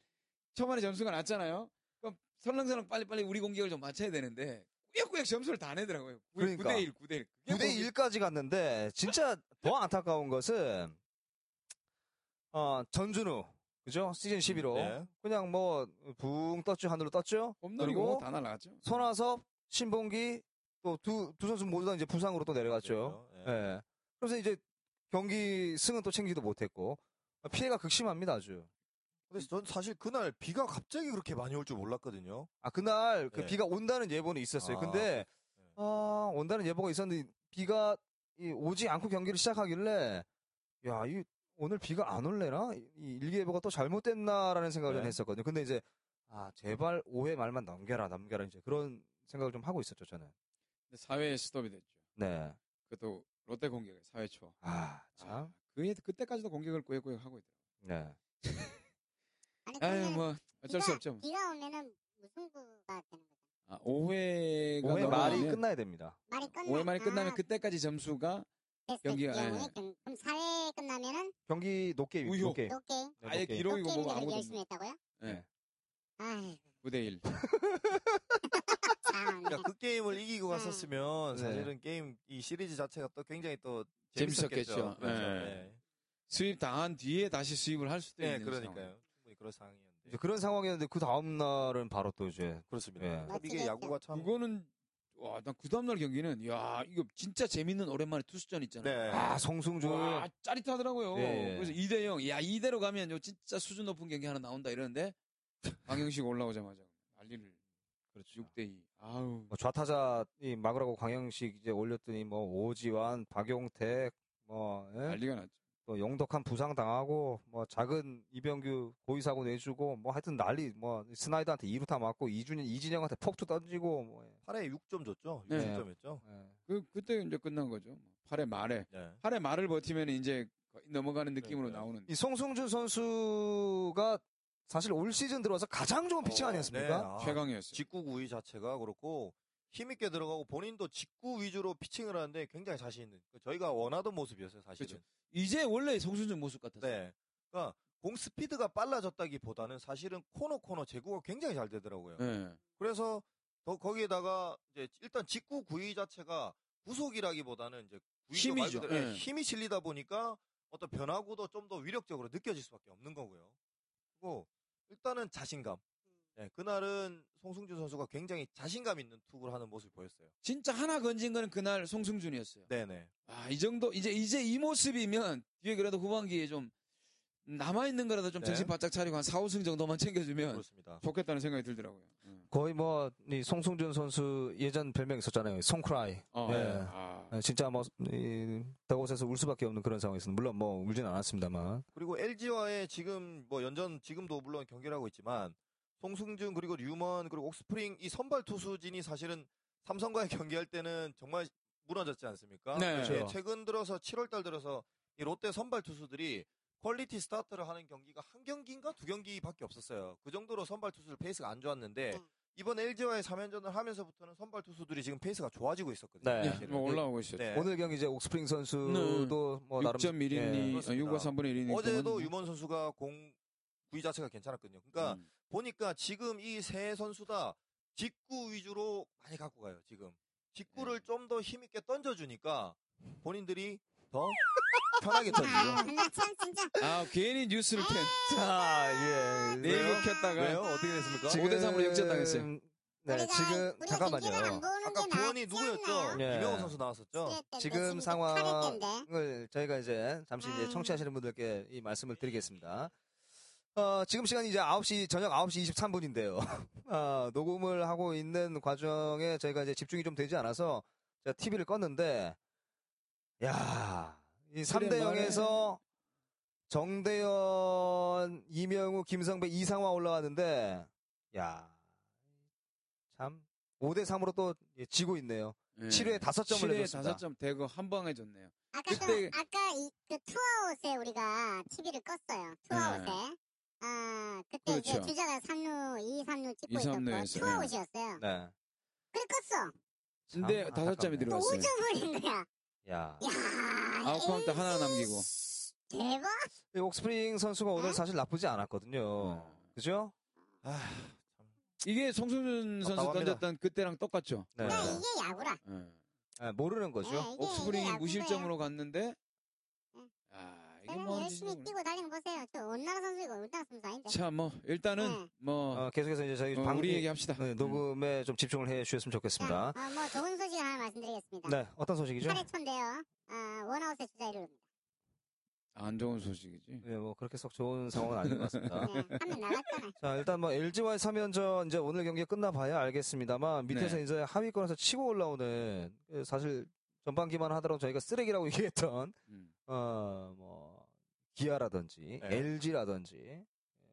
초반에 점수가 났잖아요. 그럼 설렁설렁 빨리빨리 우리 공격을 좀 맞춰야 되는데 꾸역꾸역 점수를 다 내더라고요. 그러니까. 9대1, 9대1. 9대 1까지 갔는데 진짜 더 안타까운 것은 어, 전준우 그죠? 시즌 11호. 네. 그냥 뭐 붕 떴죠. 하늘로 떴죠. 홈런이고 뭐 다 날아갔죠. 손아섭, 신봉기 또 두 두 선수 모두 다 이제 부상으로 또 내려갔죠. 예. 네. 예. 그래서 이제 경기 승은 또 챙기지도 못했고 피해가 극심합니다 아주. 근데 전 사실 그날 비가 갑자기 그렇게 많이 올 줄 몰랐거든요. 아 그날 그 네. 예. 비가 온다는 예보는 있었어요. 아, 근데 예. 아 온다는 예보가 있었는데 비가 이 오지 않고 경기를 시작하길래 야 이 오늘 비가 안 올래나 이- 이 일기 예보가 또 잘못됐나라는 생각을 네. 저는 했었거든요. 근데 이제 아 제발 5회 말만 넘겨라 넘겨라 이제 그런 생각을 좀 하고 있었죠 저는. 근데 사회에 스톱이 됐죠. 네. 그것도 롯데 공격 4회 초. 아 참. 아, 그해 그때까지도 공격을 꾸역꾸역 하고 있더라고요. 네. 아니, 아유 그러면 뭐 어쩔 수 비가- 없죠. 비가 오면은 무승부가 되는 거죠. 아, 5회가 5회 말이 넘어가면 끝나야 됩니다. 말이 끝나. 5회 말이 끝나면 아, 그때까지 점수가 됐을 경기가- 경우에 예. 경- 그럼 4회 끝나면은 경기 높게 우효. 높게. 노 게임. 네, 아예 높게. 기록이고 노 뭐고 게임인데 그렇게 아무것도 열심히 했다고요? 네. 아이, 9대 1. 참. 그러니까 그 게임을 이기고 음. 갔었으면 네. 사실은 게임 이 시리즈 자체가 또 굉장히 또 재밌었겠죠. 재밌었겠죠. 그렇죠. 예. 예. 수입 당한 뒤에 다시 수입을 할 수도 예, 있는 상황. 그러니까요. 충분히 그런 상황이었는데. 이제 그런 상황이었는데 그 다음 날은 바로 또 이제 그렇습니다. 예. 참 이게 야구가 참 네. 그거는 와, 난 그 다음 날 경기는 야, 이거 진짜 재밌는 오랜만에 투수전 있잖아요. 네. 아 송승준 와, 짜릿하더라고요. 예, 예. 그래서 2대 0. 야, 이대로 가면 요 진짜 수준 높은 경기 하나 나온다 이러는데 *laughs* 방영식 올라오자마자 난리를 그렇죠. 6대 2. 아우. 뭐 좌타자 이 막으라고 광영식 이제 올렸더니 뭐 오지환, 박용택 뭐 예? 난리가 났죠. 또 영덕한 부상 당하고 뭐 작은 이병규 고의 사고 내주고 뭐 하여튼 난리 뭐 스나이더한테 이루타 맞고 이준현 이진영한테 폭투 던지고 뭐 예. 8회 6점 줬죠. 네. 6점이었죠. 예. 그 그때 이제 끝난 거죠. 8회 말에 예. 8회 말을 버티면 이제 거의 넘어가는 느낌으로 그러니까요. 나오는. 이 송승준 선수가 사실 올 시즌 들어서 가장 좋은 피칭 어, 아니었습니까? 네. 아, 최강이었어요. 직구 구위 자체가 그렇고 힘 있게 들어가고 본인도 직구 위주로 피칭을 하는데 굉장히 자신 있는 그 저희가 원하던 모습이었어요 사실은. 그렇죠. 이제 원래 송순준 모습 같았어요. 네. 그러니까 공 스피드가 빨라졌다기보다는 사실은 코너 코너 제구가 굉장히 잘 되더라고요. 네. 그래서 더 거기에다가 이제 일단 직구 구위 자체가 구속이라기보다는 이제 구위도 말 힘이죠. 그대로 네. 힘이 실리다 보니까 어떤 변화구도 좀 더 위력적으로 느껴질 수밖에 없는 거고요. 그리고 일단은 자신감. 예, 그날은 송승준 선수가 굉장히 자신감 있는 투구를 하는 모습이 보였어요. 진짜 하나 건진 거는 그날 송승준이었어요. 네네. 아, 이 정도 이제 이제 이 모습이면 뒤에 그래도 후반기에 좀 남아 있는 거라도 좀 네. 정신 바짝 차리고 한 4, 5승 정도만 챙겨주면 그렇습니다. 좋겠다는 생각이 들더라고요. 음. 거의 뭐 이 송승준 선수 예전 별명 있었잖아요. 송크라이. 어, 네. 아. 네, 진짜 뭐 이, 대곳에서 울 수밖에 없는 그런 상황이었습니다. 물론 뭐 울진 않았습니다만. 그리고 LG와의 지금 뭐 연전 지금도 물론 경기를 하고 있지만 송승준 그리고 류먼 그리고 옥스프링 이 선발 투수진이 사실은 삼성과의 *laughs* 경기할 때는 정말 무너졌지 않습니까? 네. 예, 그렇죠. 최근 들어서 7월달 들어서 이 롯데 선발 투수들이 퀄리티 스타트를 하는 경기가 한 경기인가 두 경기밖에 없었어요. 그 정도로 선발 투수들 페이스가 안 좋았는데 이번 LG와의 3연전을 하면서부터는 선발 투수들이 지금 페이스가 좋아지고 있었거든요. 네. 예, 뭐 올라오고 있었죠. 네. 오늘 경기 이제 옥스프링 선수도 뭐 나름 6.1이니 어, 예, 그렇습니다. 6과 3분의 1이니 어제도 유먼 선수가 공 구위 자체가 괜찮았거든요. 그러니까 음, 보니까 지금 이 세 선수 다 직구 위주로 많이 갖고 가요, 지금. 직구를 네. 좀 더 힘있게 던져주니까 본인들이 더 *laughs* 편하게 아, 던지죠. 나 참 진짜 아 괜히 뉴스를 캔 자, 예. 네이버 왜요? 켰다가 왜요? 어떻게 됐습니까? 지금- 5대 3으로 역전당했어요. 네, 우리가 지금 우리가 경기를 안 잠깐만요. 보는 아까 게 구원이 낫지 누구였죠? 않나요? 네, 뭐 예. 이명호 선수 나왔었죠? 지금 상황- 을 저희가 이제 잠시 이제 음. 청취하시는 분들께 이 말씀을 드리겠습니다. 어, 지금 시간이 이제 9시, 저녁 9시 23분인데요. *laughs* 어, 녹음을 하고 있는 과정에 저희가 이제 집중이 좀 되지 않아서 제가 TV를 껐는데, 야, 이 3대 0에서 정대현, 이명우, 김성배, 이상화 올라왔는데, 야, 참, 5대 3으로 또 예, 지고 있네요. 7회에 7회에 5점을 내줬습니다. 5점 대거 한 방에 줬네요. 아까 그때- 그, 아까 이, 그 투아웃에 우리가 TV를 껐어요. 투아웃에. 아, 그때 이제 그렇죠. 주자가 3루, 2, 3루 찍고 이, 삼루 있었고, 했어요. 투아웃이었어요. 네. 그래 껐어. 근데 참 다섯 점이 안타깝네요. 또 들어갔어요. 5점을 낸 거야. 야. 야 아홉 카운트 하나 남기고. 대박. 이 옥스프링 선수가 어? 오늘 사실 나쁘지 않았거든요. 그죠? 아, 이게 송승준 선수 답답합니다. 던졌던 그때랑 똑같죠. 네. 야, 이게 야구라. 예. 아, 모르는 거죠. 예, 이게- 이게 옥스프링이 야구예요. 무실점으로 갔는데 응. 아 이게 그냥 뭐 열심히 뛰고 달리는 거 보세요. 저 온나라 선수이고 온나라 선수 아닌데. 자뭐 일단은 응. 뭐 어, 계속해서 이제 저희 어, 방 우리 얘기합시다. 네, 녹음에 좀 집중을 해 주셨으면 좋겠습니다. 자, 어, 뭐 좋은 소식 하나 말씀드리겠습니다. 네, 어떤 소식이죠? 8회초인데요. 아, 원아웃의 주자 1루입니다. 안 좋은 소식이지. 네, 뭐 그렇게 썩 좋은 상황은 아닌 것 같습니다. 네, *laughs* 한명 나갔잖아요. 자, 일단 뭐 LG와의 3연전 이제 오늘 경기 끝나봐야 알겠습니다만 네. 밑에서 이제 하위권에서 치고 올라오는 그 사실 전반기만 하더라도 저희가 쓰레기라고 *laughs* 얘기했던 음. 어, 뭐 기아라든지 네. LG라든지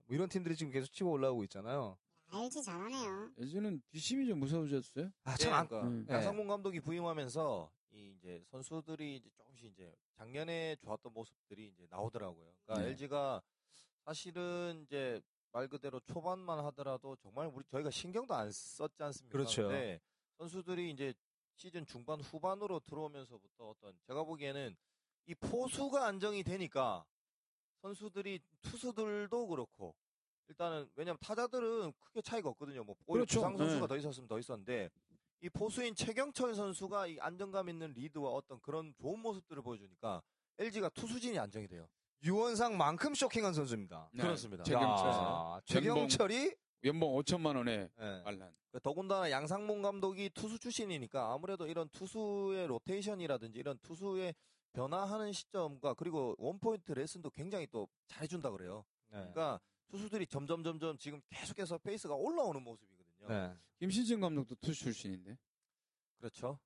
뭐 이런 팀들이 지금 계속 치고 올라오고 있잖아요. LG 잘하네요. 예전은 뒷심이 좀 무서워졌어요. 아, 참 참 안- 아까 음. 양상문 감독이 부임하면서 이 이제 선수들이 이제 조금씩 이제 작년에 좋았던 모습들이 이제 나오더라고요. 그러니까 네. LG가 사실은 이제 말 그대로 초반만 하더라도 정말 우리 저희가 신경도 안 썼지 않습니까? 그렇죠. 근데 선수들이 이제 시즌 중반 후반으로 들어오면서부터 어떤 제가 보기에는 이 포수가 안정이 되니까 선수들이 투수들도 그렇고 일단은 왜냐면 타자들은 크게 차이가 없거든요. 뭐 오히려 그렇죠. 부상 선수가 네. 더 있었으면 더 있었는데 이 포수인 최경철 선수가 이 안정감 있는 리드와 어떤 그런 좋은 모습들을 보여주니까 LG가 투수진이 안정이 돼요. 유원상만큼 쇼킹한 선수입니다. 네. 그렇습니다. 최경철. 아, 야, 연봉. 최경철이 연봉 5천만 원에 예. 반란. 그러니까 더군다나 양상문 감독이 투수 출신이니까 아무래도 이런 투수의 로테이션이라든지 이런 투수의 변화하는 시점과 그리고 원포인트 레슨도 굉장히 또 잘해준다 그래요. 네. 그러니까 투수들이 점점 점점 지금 계속해서 페이스가 올라오는 모습이거든요. 네. 김신진 감독도 투수 출신인데. 그렇죠.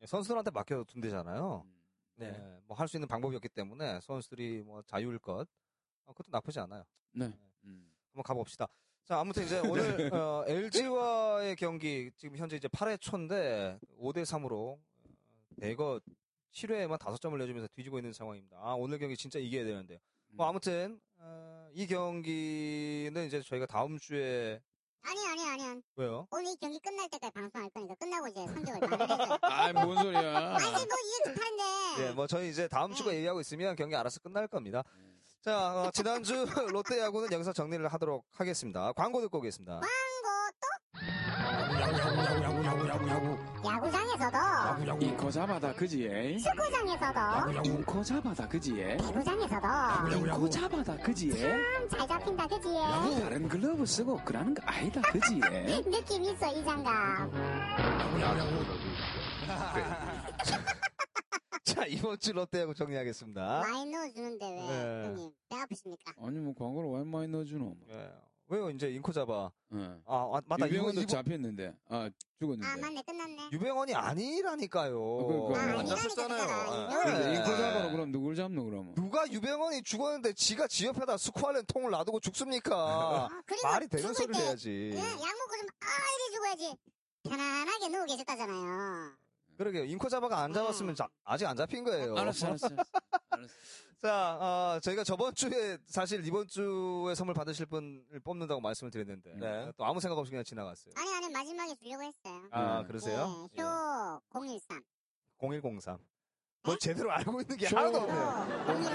예, 선수들한테 맡겨둔 데잖아요. 음. 네. 뭐 할 수 있는 방법이 없기 때문에 선수들이 뭐 자유일것 어, 그것도 나쁘지 않아요. 네. 음. 한번 가봅시다. 자, 아무튼 이제 *laughs* 오늘 LG와의 경기 지금 현재 이제 8회 초인데 5대 3으로 어, 대거 7회에만 5점을 내주면서 뒤지고 있는 상황입니다. 아, 오늘 경기 진짜 이겨야 되는데요. 음. 뭐 아무튼 어, 이 경기는 이제 저희가 다음 주에 아니, 아니, 아니. 왜요? 오늘 이 경기 끝날 때까지 방송할 거니까 끝나고 이제 성적을 *laughs* 발표해줘요. 아이 뭔 소리야. 아니, 뭐 이게 급한데. 예, 뭐 저희 이제 다음 주가 얘기하고 있으면 경기 알아서 끝날 겁니다. 음. 자, 어, 지난주 *laughs* 롯데 야구는 여기서 정리를 하도록 하겠습니다. 광고 듣고 오겠습니다. 야구장에서 네. 야구장에서도 이코 잡아다 그지에 축구장에서도 이코 잡아다 그지에 배구장에서도 이코 잡아다 그지에 참 잘 잡힌다 그지? 다른 글러브 쓰고 그러는 거 아니다 그지에 느낌 있어 이 장갑 자, 이번 주 롯데하고 정리하겠습니다. 많이 넣어주는데 왜 네. 형님 배 아프십니까? 아니 뭐 광고를 왜 많이 넣어주노 뭐. 예. 왜요? 이제 인코 잡아. 예. 아, 아, 맞다. 이거 유병원도 이거 잡혔는데 아 죽었는데 아 맞네 끝났네 유병원이 아, 아니라니까요. 그러니까. 아, 안 인간이 잡혔잖아요. 그러잖아. 어, 아, 그래서 네, 예. 이코 잡아라 그럼 누굴 잡노 그러면 누가 유병원이 죽었는데 지가 지 옆에다 스쿠알렌 통을 놔두고 *laughs* 죽습니까? 아, 그리고 말이 되는 죽을 소리를 때 해야지. 예, 약 먹고 좀, 아, 이리 죽어야지. 편안하게 누워 계셨다잖아요. 그러게요. 인코 잡아가 안 음. 잡았으면 자- 아직 안 잡힌 거예요. 알았어 알았어 알았어. 알았어 자, 아, 저희가 저번 주에 사실 이번 주에 선물 받으실 분을 뽑는다고 말씀을 드렸는데 음. 네. 또 아무 생각 없이 그냥 지나갔어요. 아니, 아니, 마지막에 주려고 했어요. 아, 음. 그러세요? 예, 효 013. 0103. 어? 뭐 제대로 알고 있는 게 저- 하나도 효 없네요. 아,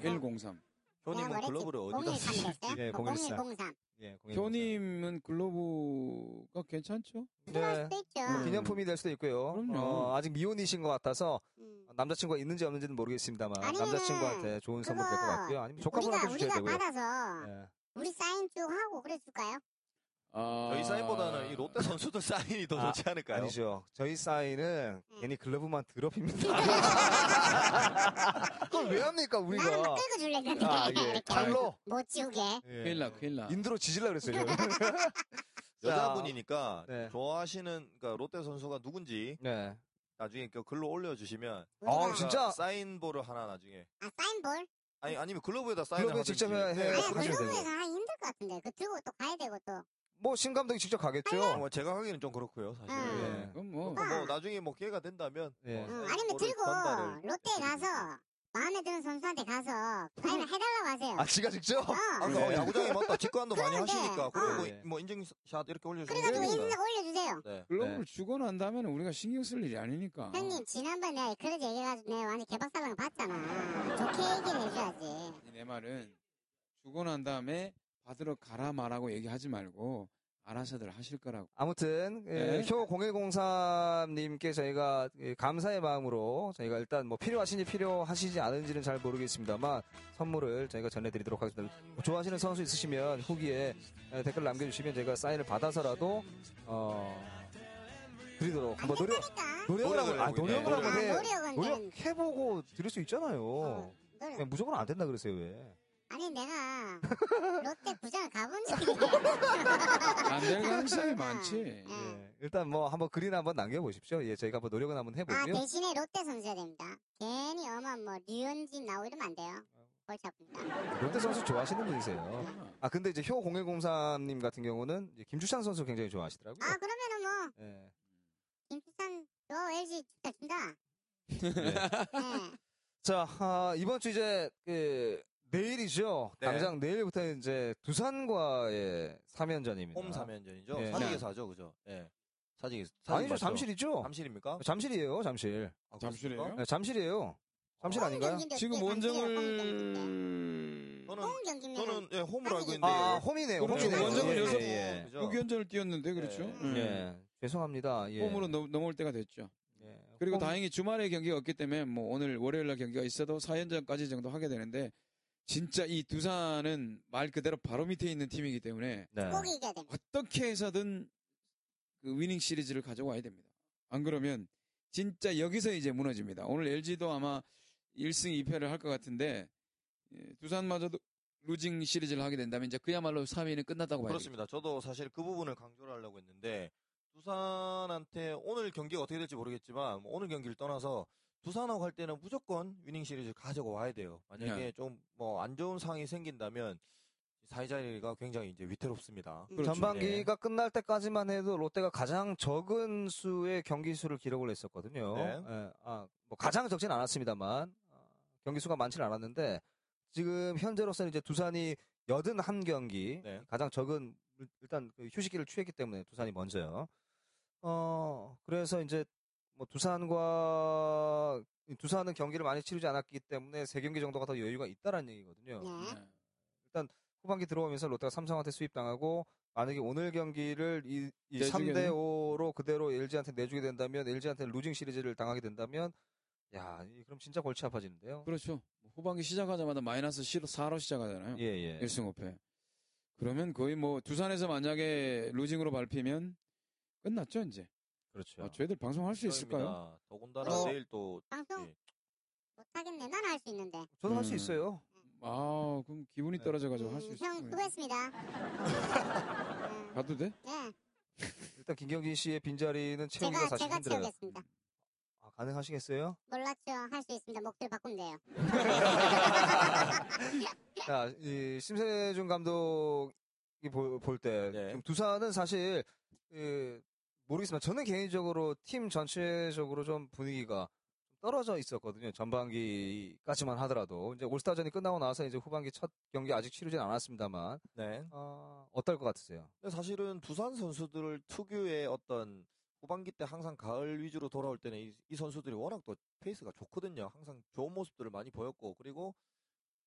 0103 0103 효님은 글러브를 어디 갔어요? 013 뭐 됐어요? 예, 0103. 0103. 0103. 예, 0103. 교님은 글로브가 괜찮죠? 필요할 네. 수도 있죠. 음. 기념품이 될 수도 있고요. 그럼요. 어, 아직 미혼이신 것 같아서 음. 남자친구가 있는지 없는지는 모르겠습니다만 아니면은 남자친구한테 좋은 선물 될 것 그거 같고요. 우리가, 아니면 조카분한테 주셔야 우리가 되고요. 받아서 예. 우리 사인 쭉 하고 그랬을까요? 아... 저희 사인보다는 이 롯데 선수들 사인이 더 아, 좋지 않을까요? 아니죠. 저희 사인은 음. 괜히 글러브만 드럽입니다. 그걸 왜 합니까 나는 막 우리가? 끌고 줄래 그랬는데. 그러니까. 아, *laughs* 예. 칼로 못 지우게. 아, 예. 큰일 나 큰일 나 *laughs* 인드로 지질라 그랬어요. 저는. 여자분이니까 네. 좋아하시는 그러니까 롯데 선수가 누군지 네. 나중에 그 글로 올려주시면 우리가, 아, 제가 진짜? 사인볼을 하나 나중에 아, 사인볼? 아니 아니면 글로브에다 사인을 글로브에 하든지. 직접 해야- 해야 네, 네, 아니, 그러셔야 그러시면 돼요. 그러면서 하기 힘들 것 같은데. 그 들고 또 가야 되고 또. 뭐신 감독이 직접 가겠죠. 뭐 제가 하기는 좀 그렇고요 사실. 음. 은 그럼 뭐 뭐 나중에 뭐 기회가 된다면 예. 뭐 응, 사인 아니면 볼을 들고 전달을 롯데에 해드리고. 가서 마음에 드는 선수한테 가서 사인을 해달라고 하세요. 아 지가 직접? 어. 아, 그러니까 네. 어, 야구장에 맞다 직관도 많이 그런데, 하시니까 어. 그리고 네. 뭐 인증샷 이렇게 올려주시면 그래가지고 됩니다. 인스타 올려주세요. 네. 글로브를 주고 난 다음에는 우리가 신경 쓸 일이 아니니까 형님 지난번에 내가 그런 얘기해가지고 내가 완전 개박살난 거 봤잖아. 좋게 얘기를 해줘야지. 내 말은 주고 난 다음에 받으러 가라 말하고 얘기하지 말고 알아서들 하실 거라고 아무튼 네. 효 0103님께 저희가 예, 감사의 마음으로 저희가 일단 뭐 필요하신지 필요하시지 않은지는 잘 모르겠습니다만 선물을 저희가 전해드리도록 하겠습니다. 뭐 좋아하시는 선수 있으시면 후기에 예, 댓글 남겨주시면 저희가 사인을 받아서라도 어, 드리도록 한번 노력 그러니까 노력을 한번 아, 노력을 노력을 해보고, 한번 네. 해 아, 노력은 되는- 노력해보고 드릴 수 예. 있잖아요. 네. 어, 노력. 그냥 무조건 안 된다 그러세요 왜? 아니 *laughs* 내가 롯데 구장을 가본 적이 없어. 안 될 가능성이 많지 예. 예, 일단 뭐 한번 글이나 한번 남겨보십시오. 예, 저희가 한번 노력은 한번 아 해보고요. 대신에 롯데 선수야 됩니다. 괜히 어마 뭐 류현진 나오고 이러면 안 돼요. 아. 골치 아픕니다. 롯데 선수 좋아하시는 분이세요. 아 근데 이제 효 0103님 같은 경우는 이제 김주찬 선수 굉장히 좋아하시더라고요. 아 그러면은 뭐 예. 김수찬 너 LG 진짜 준다. 네. 예. 자 아, 이번 주 이제 그 내일이죠. 네. 당장 내일부터 이제 두산과의 3연전입니다. 홈 3연전이죠. 예. 사직에서 하죠, 그죠? 예. 사직에서. 사직 아니죠 뭐 맞죠? 잠실이죠. 잠실입니까? 잠실. 이에요 잠실. 아, 잠실이에요? 그렇습니까? 네, 잠실이에요. 잠실 아닌가요? 경기인데 지금 어떻게 반대예요, 원정을 저는 홈 경기인데. 홈 경기면 저는 예, 홈으로 알고 있는데 아 홈이네요. 그렇죠. 홈이네요. 원정을 예, 여섯- 예, 예. 그죠? 여기 현장을 뛰었는데 그렇죠 예. 음. 예, 죄송합니다. 예. 홈으로 넘, 넘어올 때가 됐죠 예. 그리고 홈- 다행히 주말에 경기가 없기 때문에 뭐 오늘 월요일날 경기가 있어도 4연전까지 정도 하게 되는데 진짜 이 두산은 말 그대로 바로 밑에 있는 팀이기 때문에 네. 꼭 이겨야 됩니다. 어떻게 해서든 그 위닝 시리즈를 가져와야 됩니다. 안 그러면 진짜 여기서 이제 무너집니다. 오늘 LG도 아마 1승 2패를 할 것 같은데 예, 두산마저도 루징 시리즈를 하게 된다면 이제 그야말로 3위는 끝났다고 봐야 그렇습니다. 저도 사실 그 부분을 강조를 하려고 했는데 두산한테 오늘 경기가 어떻게 될지 모르겠지만 뭐 오늘 경기를 떠나서 두산하고 할 때는 무조건 위닝 시리즈 가지고 와야 돼요. 만약에 네. 좀 뭐 안 좋은 상황이 생긴다면 사이자리가 굉장히 이제 위태롭습니다. 되겠죠. 그렇죠. 전반기가 끝날 때까지만 해도 롯데가 가장 적은 수의 경기 수를 기록을 했었거든요. 네. 예, 아, 뭐 가장 적진 않았습니다만 어, 경기 수가 많지는 않았는데 지금 현재로서는 이제 두산이 81경기 네. 가장 적은 일단 그 휴식기를 취했기 때문에 두산이 먼저요. 어, 그래서 이제 뭐 두산과 두산은 경기를 많이 치르지 않았기 때문에 세 경기 정도가 더 여유가 있다라는 얘기거든요. 네. 네. 후반기 들어오면서 롯데가 삼성한테 수입당하고 만약에 오늘 경기를 이, 이 내주게 3대 되면? 5로 그대로 LG한테 내주게 된다면 LG한테 루징 시리즈를 당하게 된다면 야, 이- 그럼 진짜 골치 어. 아파지는데요. 그렇죠. 후반기 시작하자마자 마이너스 4로 시작하잖아요. 예, 예. 1승 5패. 그러면 거의 뭐 두산에서 만약에 루징으로 밟히면 끝났죠 이제. 그렇죠. 아, 저희들 방송할 수 있을까요? 시작입니다. 더군다나 어. 내일 또 방송 예. 못하겠네. 난 할 수 있는데. 저도 할 수 음. 있어요. 아 그럼 네. 기분이 떨어져가지고 할 수 음, 있을 형 거예요. 수고했습니다. 음, 가도 돼? 예, 일단 김경진 씨의 빈자리는 채우기가 제가 사실 제가 힘들어요. 채우겠습니다. 아, 가능하시겠어요? 몰랐죠. 할 수 있습니다. 목소리 바꾸면 돼요. *laughs* 자, 이 심세준 감독이 볼 때 네. 두산은 사실 그, 모르겠지만 저는 개인적으로 팀 전체적으로 좀 분위기가 떨어져 있었거든요. 전반기까지만 하더라도 이제 올스타전이 끝나고 나서 이제 후반기 첫 경기 아직 치르진 않았습니다만 네. 어, 어떨 것 같으세요? 근데 사실은 두산 선수들 특유의 어떤 후반기 때 항상 가을 위주로 돌아올 때는 이, 이 선수들이 워낙 또 페이스가 좋거든요. 항상 좋은 모습들을 많이 보였고 그리고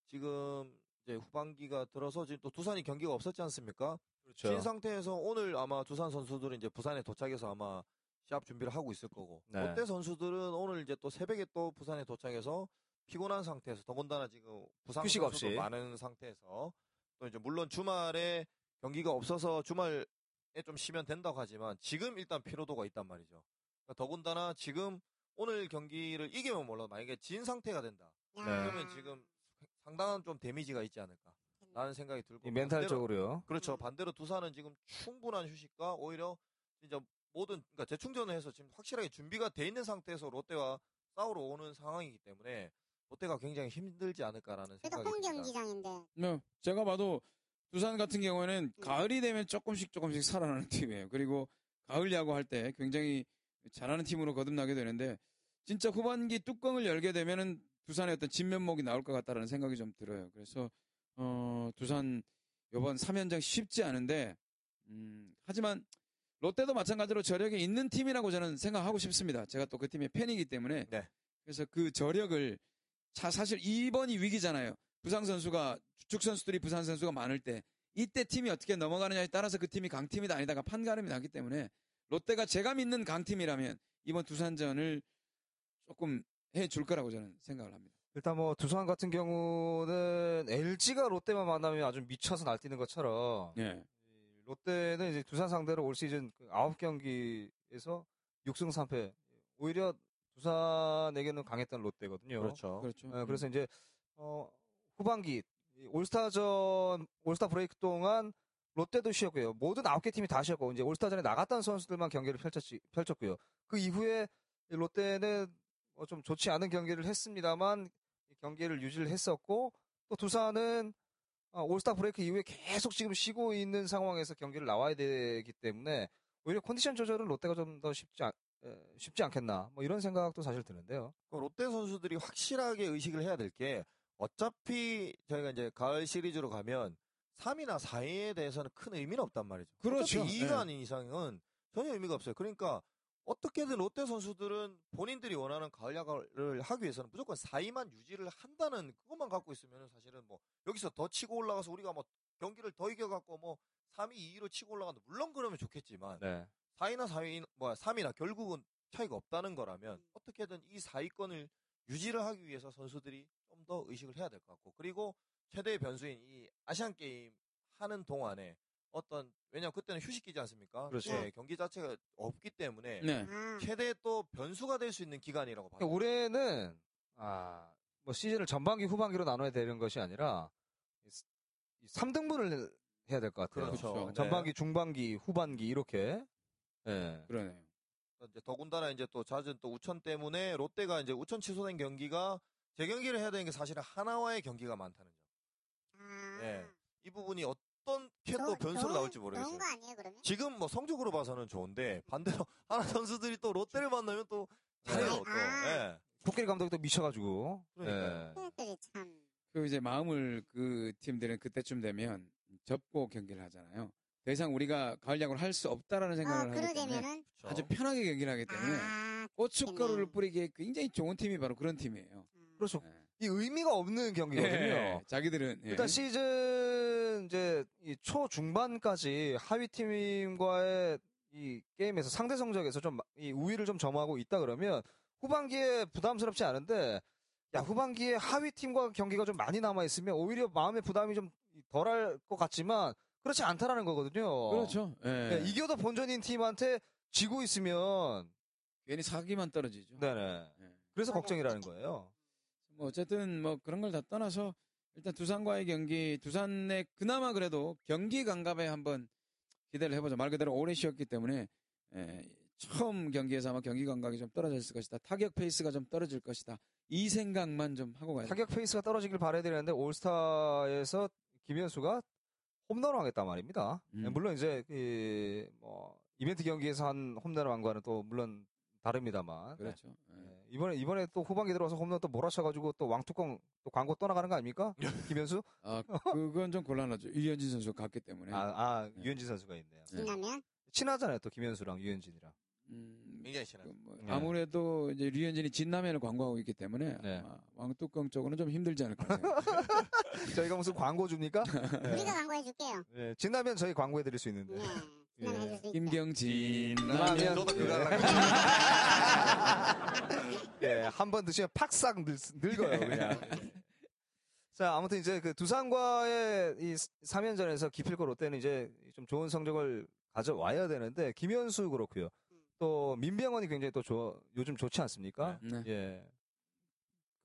지금 이제 후반기가 들어서 지금 또 두산이 경기가 없었지 않습니까? 그렇죠. 진 상태에서 오늘 아마 두산 선수들은 이제 부산에 도착해서 아마 시합 준비를 하고 있을 거고 네. 롯데 선수들은 오늘 이제 또 새벽에 또 부산에 도착해서 피곤한 상태에서 더군다나 지금 부상 휴식 선수도 없이. 많은 상태에서 또 이제 물론 주말에 경기가 없어서 주말에 좀 쉬면 된다고 하지만 지금 일단 피로도가 있단 말이죠. 그러니까 더군다나 지금 오늘 경기를 이기면 몰라도 만약에 진 상태가 된다 야. 네. 그러면 네. 지금 상당한 좀 데미지가 있지 않을까 라는 생각이 들고 이 반대로- 멘탈적으로요. 그렇죠. 반대로 두산은 지금 충분한 휴식과 오히려 진짜 모든 그러니까 재충전을 해서 지금 확실하게 준비가 돼 있는 상태에서 롯데와 싸우러 오는 상황이기 때문에 롯데가 굉장히 힘들지 않을까라는 그래도 생각이 그러니까 홈 듭니다. 경기장인데. 네, 제가 봐도 두산 같은 경우에는 가을이 되면 조금씩 조금씩 살아나는 팀이에요. 그리고 가을 야구 할 때 굉장히 잘하는 팀으로 거듭나게 되는데 진짜 후반기 뚜껑을 열게 되면은 두산의 어떤 진면목이 나올 것 같다라는 생각이 좀 들어요. 그래서 어, 두산 이번 3연장 쉽지 않은데 음, 하지만 롯데도 마찬가지로 저력이 있는 팀이라고 저는 생각하고 싶습니다. 제가 또 그 팀의 팬이기 때문에 네. 그래서 그 저력을 자, 사실 이번이 위기잖아요. 부상 선수가 주축 선수들이 부상 선수가 많을 때 이때 팀이 어떻게 넘어가느냐에 따라서 그 팀이 강팀이다 아니다가 판가름이 나기 때문에 롯데가 제가 믿는 강팀이라면 이번 두산전을 조금 해줄 거라고 저는 생각을 합니다. 일단 뭐 두산 같은 경우는 LG가 롯데만 만나면 아주 미쳐서 날뛰는 것처럼 예. 이 롯데는 이제 두산 상대로 올 시즌 그 9경기에서 6승 3패. 오히려 두산에게는 강했던 롯데거든요. 그렇죠. 그렇죠. 어, 그래서 이제 어, 후반기 이 올스타전 올스타 브레이크 동안 롯데도 쉬었고요. 모든 9개 팀이 다 쉬었고 이제 올스타전에 나갔던 선수들만 경기를 펼쳤지, 펼쳤고요. 그 이후에 이 롯데는 어, 좀 좋지 않은 경기를 했습니다만 이 경기를 유지를 했었고 또 두산은 어, 올스타 브레이크 이후에 계속 지금 쉬고 있는 상황에서 경기를 나와야 되기 때문에 오히려 컨디션 조절은 롯데가 좀 더 쉽지 않, 에, 쉽지 않겠나 뭐 이런 생각도 사실 드는데요. 그럼 롯데 선수들이 확실하게 의식을 해야 될 게 어차피 저희가 이제 가을 시리즈로 가면 3위나 4위에 대해서는 큰 의미는 없단 말이죠. 그렇죠. 어차피 예. 2위가 아닌 이상은 전혀 의미가 없어요. 그러니까 어떻게든 롯데 선수들은 본인들이 원하는 가을 야구를 하기 위해서는 무조건 4위만 유지를 한다는 그것만 갖고 있으면 사실은 뭐 여기서 더 치고 올라가서 우리가 뭐 경기를 더 이겨갖고 뭐 3위, 2위로 치고 올라간다. 물론 그러면 좋겠지만 네. 4위나 4위, 뭐야, 3위나 결국은 차이가 없다는 거라면 어떻게든 이 4위권을 유지를 하기 위해서 선수들이 좀 더 의식을 해야 될 것 같고 그리고 최대의 변수인 이 아시안 게임 하는 동안에 어떤 왜냐면 그때는 휴식기지 않습니까? 그렇죠. 예, 경기 자체가 없기 때문에 네. 아. 최대 또 변수가 될 수 있는 기간이라고 봐요. 음. 그러니까 올해는 아 뭐 시즌을 전반기 후반기로 나눠야 되는 것이 아니라 3등분을 해야 될 것 같아요. 그렇죠. 네. 그렇죠. 전반기, 중반기, 후반기 이렇게. 예. 그러네요. 이제 더군다나 이제 또 잦은 또 우천 때문에 롯데가 이제 우천 취소된 경기가 재경기를 해야 되는 게 사실은 하나와의 경기가 많다는 점. 아. 예. 이 부분이 어떻게 좋은- 또 변수로 좋은- 나올지 좋은 모르겠어요. 거 아니에요, 그러면? 지금 뭐 성적으로 봐서는 좋은데 반대로 *laughs* 하나 선수들이 또 롯데를 만나면 또 잘해요 또. 아. 예. 코끼리 감독도 미쳐가지고. 그러니까요. 예. 팬들이 참. 그리고 이제 마음을 그 팀들은 그때쯤 되면 접고 경기를 하잖아요. 더 이상 우리가 가을 야구를 할 수 없다라는 어, 생각을 하기 때문에 그러되면은. 그쵸. 아주 편하게 경기를 하기 때문에 아. 고춧가루를 그렇겠네. 뿌리기에 굉장히 좋은 팀이 바로 그런 팀이에요. 음. 그렇죠. 예. 이 의미가 없는 경기거든요. 네. 예, 자기들은 예. 일단 시즌 이제 이 초중반까지 하위 팀과의 이 게임에서 상대 성적에서 좀 이 우위를 좀 점하고 있다 그러면 후반기에 부담스럽지 않은데 야 후반기에 하위 팀과 경기가 좀 많이 남아 있으면 오히려 마음의 부담이 좀 덜할 것 같지만 그렇지 않다라는 거거든요. 그렇죠. 예. 네, 이겨도 본전인 팀한테 지고 있으면 괜히 사기만 떨어지죠. 네네. 예. 그래서 걱정이라는 거예요. 뭐 어쨌든 뭐 그런 걸 다 떠나서 일단 두산과의 경기, 두산의 그나마 그래도 경기 감각에 한번 기대를 해보자. 말 그대로 오래 쉬었기 때문에 에, 처음 경기에서 아마 경기 감각이 좀 떨어졌을 것이다. 타격 페이스가 좀 떨어질 것이다. 이 생각만 좀 하고 가야 돼. 타격 페이스가 떨어지길 바라야 되는데 올스타에서 김현수가 홈런을 하겠단 말입니다. 음. 네, 물론 이제 이, 뭐, 이벤트 경기에서 한 홈런을 한 거는 또 물론 다릅니다만 그렇죠. 네, 예. 이번에 이번에 또 후반기 들어와서 홈런 또 몰아쳐가지고 또 왕뚜껑 또 광고 떠나가는 거 *laughs* 아닙니까? 네. 김현수? 아 그건 좀 곤란하죠. 이현진 선수가 갔기 때문에. 아, 아 네. 유현진 선수가 있네요. 네. 신나면 친하잖아요, 또 김현수랑 유현진이랑. 음, 굉장히 신한. 그 뭐, 네. 아무래도 이제 류현진이 진라면을 광고하고 있기 때문에 네. 아마 왕뚜껑 쪽으로는 좀 힘들지 않을까 *laughs* 생각. 저희가 무슨 광고 *laughs* 줍니까? 네. 우리가 광고해 줄게요. 네, 진라면 저희 광고해드릴 수 네. 있는데. 신나면 해줄 예. 수 있죠. 김경진 라면. 아, 네. 저도 그거 하려고 예, 한 번 드시면 팍싹 늙, 늙어요, 그냥. 자, 아무튼 이제 그 두산과의 이 3연전에서 기필코 롯데는 이제 좀 좋은 성적을 가져와야 되는데, 김현수 그렇고요. 또 민병헌이 굉장히 또 좋아, 요즘 좋지 않습니까? 네. 예.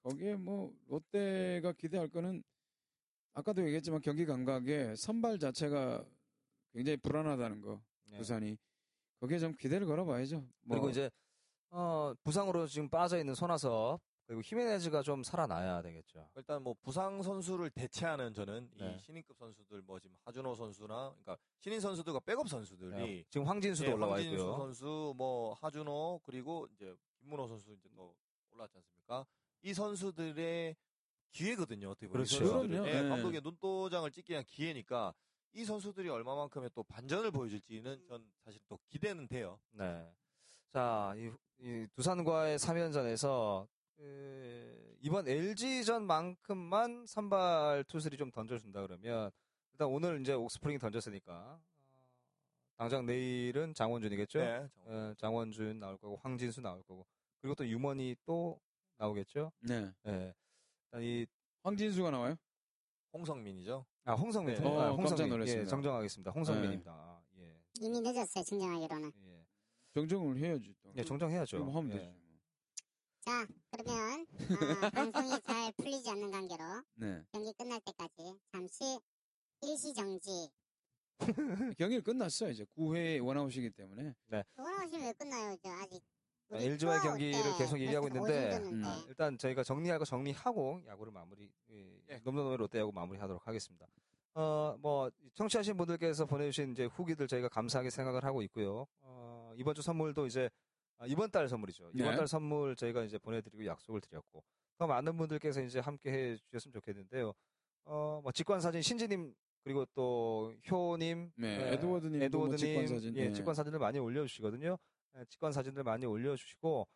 거기에 뭐 롯데가 기대할 거는 아까도 얘기했지만 경기 감각에 선발 자체가 굉장히 불안하다는 거 예. 부산이 거기에 좀 기대를 걸어봐야죠. 뭐 그리고 이제 어, 부상으로 지금 빠져 있는 손아섭 그리고 히메네즈가 좀 살아나야 되겠죠. 일단 뭐 부상 선수를 대체하는 저는 네. 이 신인급 선수들 뭐 지금 하준호 선수나 그러니까 신인 선수들과 백업 선수들이 네, 지금 황진수도 예, 올라와 황진수 있고요. 선수, 뭐 하준호 그리고 이제 김문호 선수 이제 또 올라왔지 않습니까? 이 선수들의 기회거든요. 어떻게 보면 이 그렇죠. 선수들은. 그럼요. 예, 예. 감독의 눈도장을 찍기 위한 기회니까 이 선수들이 얼마만큼의 또 반전을 보여줄지는 전 사실 또 기대는 돼요. 네. 자, 이, 이 두산과의 3연전에서 그, 이번 LG전만큼만 선발 투수들이 좀 던져준다 그러면 일단 오늘 이제 옥스프링이 던졌으니까 어, 당장 내일은 장원준이겠죠? 네, 정말. 예, 장원준 나올 거고 황진수 나올 거고 그리고 또 유먼이 또 나오겠죠? 네. 예. 일단 이 황진수가 나와요? 홍성민이죠. 아, 홍성민. 네. 어, 아, 깜짝 홍성민. 예, 놀랐습니다. 정정하겠습니다. 홍성민입니다. 아, 예. 이미 늦었어요. 진정하기로는. 예. 정정을 해야지. 또. 예, 정정해야죠. 그럼 하면 예. 되죠. 자, 그러면 아, 방송이 잘 풀리지 않는 관계로 네. 경기 끝날 때까지 잠시 일시 정지. 경기를 끝났어요. 이제 9회 원아웃이기 때문에. 원하시면 왜 끝나요? 이제 아직 아, LG와의 경기를 계속 얘기하고 있는데, 음. 일단 저희가 정리할 거 정리하고 야구를 마무리 예, 예. 넘넘넘의 롯데야구 마무리하도록 하겠습니다. 어, 뭐 청취하신 분들께서 보내주신 이제 후기들 저희가 감사하게 생각을 하고 있고요. 어, 이번 주 선물도 이제 아, 이번 달 선물이죠. 이번 네. 달 선물 저희가 이제 보내드리고 약속을 드렸고 더 많은 분들께서 이제 함께 해주셨으면 좋겠는데요. 어, 뭐 직관 사진 신지님 그리고 또 효님, 네, 예, 에드워드님도 뭐 에드워드님, 직관 사진, 예, 예. 직관 사진을 많이 올려주시거든요. 예, 직관 사진들 많이 올려주시고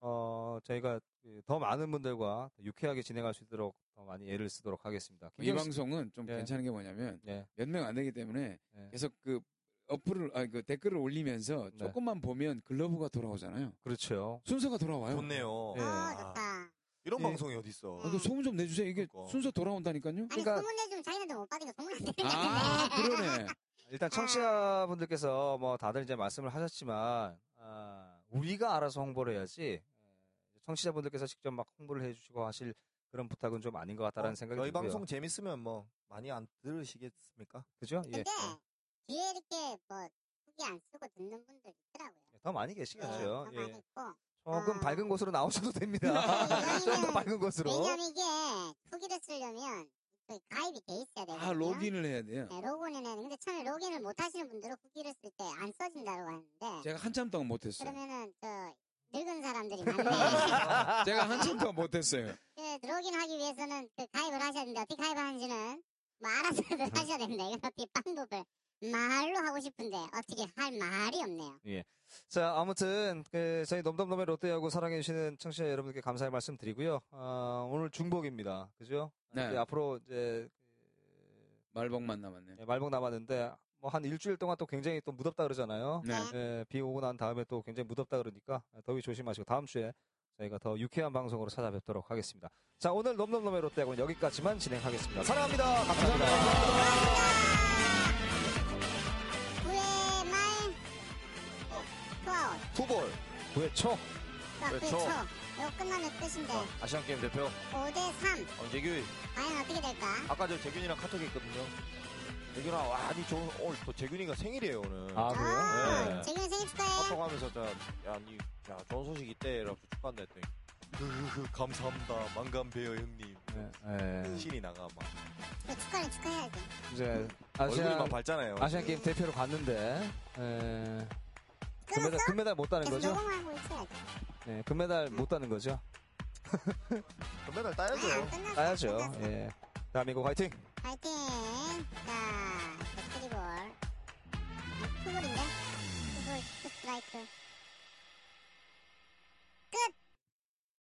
어, 저희가 그더 많은 분들과 더 유쾌하게 진행할 수 있도록 더 많이 애를 쓰도록 하겠습니다. 이 김경수- 방송은 좀 예. 괜찮은 게 뭐냐면 예, 몇 명 안 되기 때문에 예. 계속 그 어플을 아 그 댓글을 올리면서 네. 조금만 보면 글러브가 돌아오잖아요. 그렇죠. 순서가 돌아와요. 좋네요. 예. 아, 아, 좋다. 이런 예. 방송이 어디 있어? 아, 그 소문 좀 내주세요. 이게 그러니까. 순서 돌아온다니까요. 아니 그러니까- 소문내 좀 자기네들 못 받으니까 소문 안 되는 아 그러네. 아. 일단 청취자분들께서 뭐 다들 이제 말씀을 하셨지만 아, 우리가 알아서 홍보를 해야지 에, 청취자분들께서 직접 막 홍보를 해주시고 하실 그런 부탁은 좀 아닌 것 같다라는 어, 생각이 저희 들고요. 방송 재밌으면 뭐 많이 안 들으시겠습니까? 그죠? 예. 근데 뒤에 이렇게 뭐 후기 안 쓰고 듣는 분들 있더라고요. 예, 더 많이 네, 계시겠죠. 더 많이 예. 있고. 조금 아. 밝은 곳으로 나오셔도 됩니다. *laughs* 네, 좀 더 왜냐면- 밝은 곳으로. 왜냐면 이게 후기를 쓰려면 그 가입이 돼 있어야 되거든요. 아 로gin을 해야 돼요. 네, 로그인은 해야 돼. 근데 처음에 로그인을 못 하시는 분들은 후기를 쓸 때 안 써진다고 하는데 그렇죠. 제가 한참 동안 못했어요. 그러면은 저 늙은 *laughs* 사람들이 많네. 제가 한참 동안 못했어요. 그 로그인하기 *laughs* 위해서는 그 가입을 하셔야 되는데 어떻게 가입하는지는 뭐 알아서들 하셔야 됩니다. 이건 어떻게 방법을 말로 하고 싶은데 어떻게 할 말이 없네요. 자, 아무튼 그 저희 넘넘넘의 롯데야구 사랑해 주시는 청취자 여러분께 감사의 말씀 드리고요. 아, 오늘 중복입니다. 그죠? 네. 이제 앞으로 이제 예, 말복만 남았네요. 말복 남았는데 뭐 한 일주일 동안 또 굉장히 또 무덥다 그러잖아요. 네. 예, 비 오고 난 다음에 또 굉장히 무덥다 그러니까 더위 조심하시고 다음 주에 저희가 더 유쾌한 방송으로 찾아뵙도록 하겠습니다. 자, 오늘 넘넘넘의 롯데야구는 여기까지만 진행하겠습니다. 사랑합니다. 감사합니다. 네. 구회 말 투아웃. 투볼 구회 초 자, 구회 네, 그렇죠. 초. 이거 끝나면 네. 끝인데 어, 아시안 게임 대표 5대 3. 어, 재규 과연 어떻게 될까? 아까 저 재균이랑 카톡했거든요. 재균아 와, 아니 저 오늘 또 재균이가 생일이에요 오늘. 아, 그래요? 어, 네. 아, 재균 생일 축하해. 카톡하면서 자, 야, 니, 야, 좋은 소식 있대라고 축하한다 했더니. 흐흐흐, 감사합니다. 만감배요 형님. 예, 예. 신이 나가 막 그 축하는 축하해야지. 이제 얼굴이 아시안 막 밝잖아요. 아시안 게임 대표로 갔는데 예, 끊었어? 금메달 금메달 못 따는 계속 거죠? 녹음하고 있어야지. 예, 금메달 못 따는 거죠? 금메달 아니, 따야죠. 안 끝났어. 따야죠. 끝났어. 예. 대한민국 화이팅! 파이팅. 그 음. 자, 배트리볼. 아, 투볼인데? 투볼, 투 스트라이크.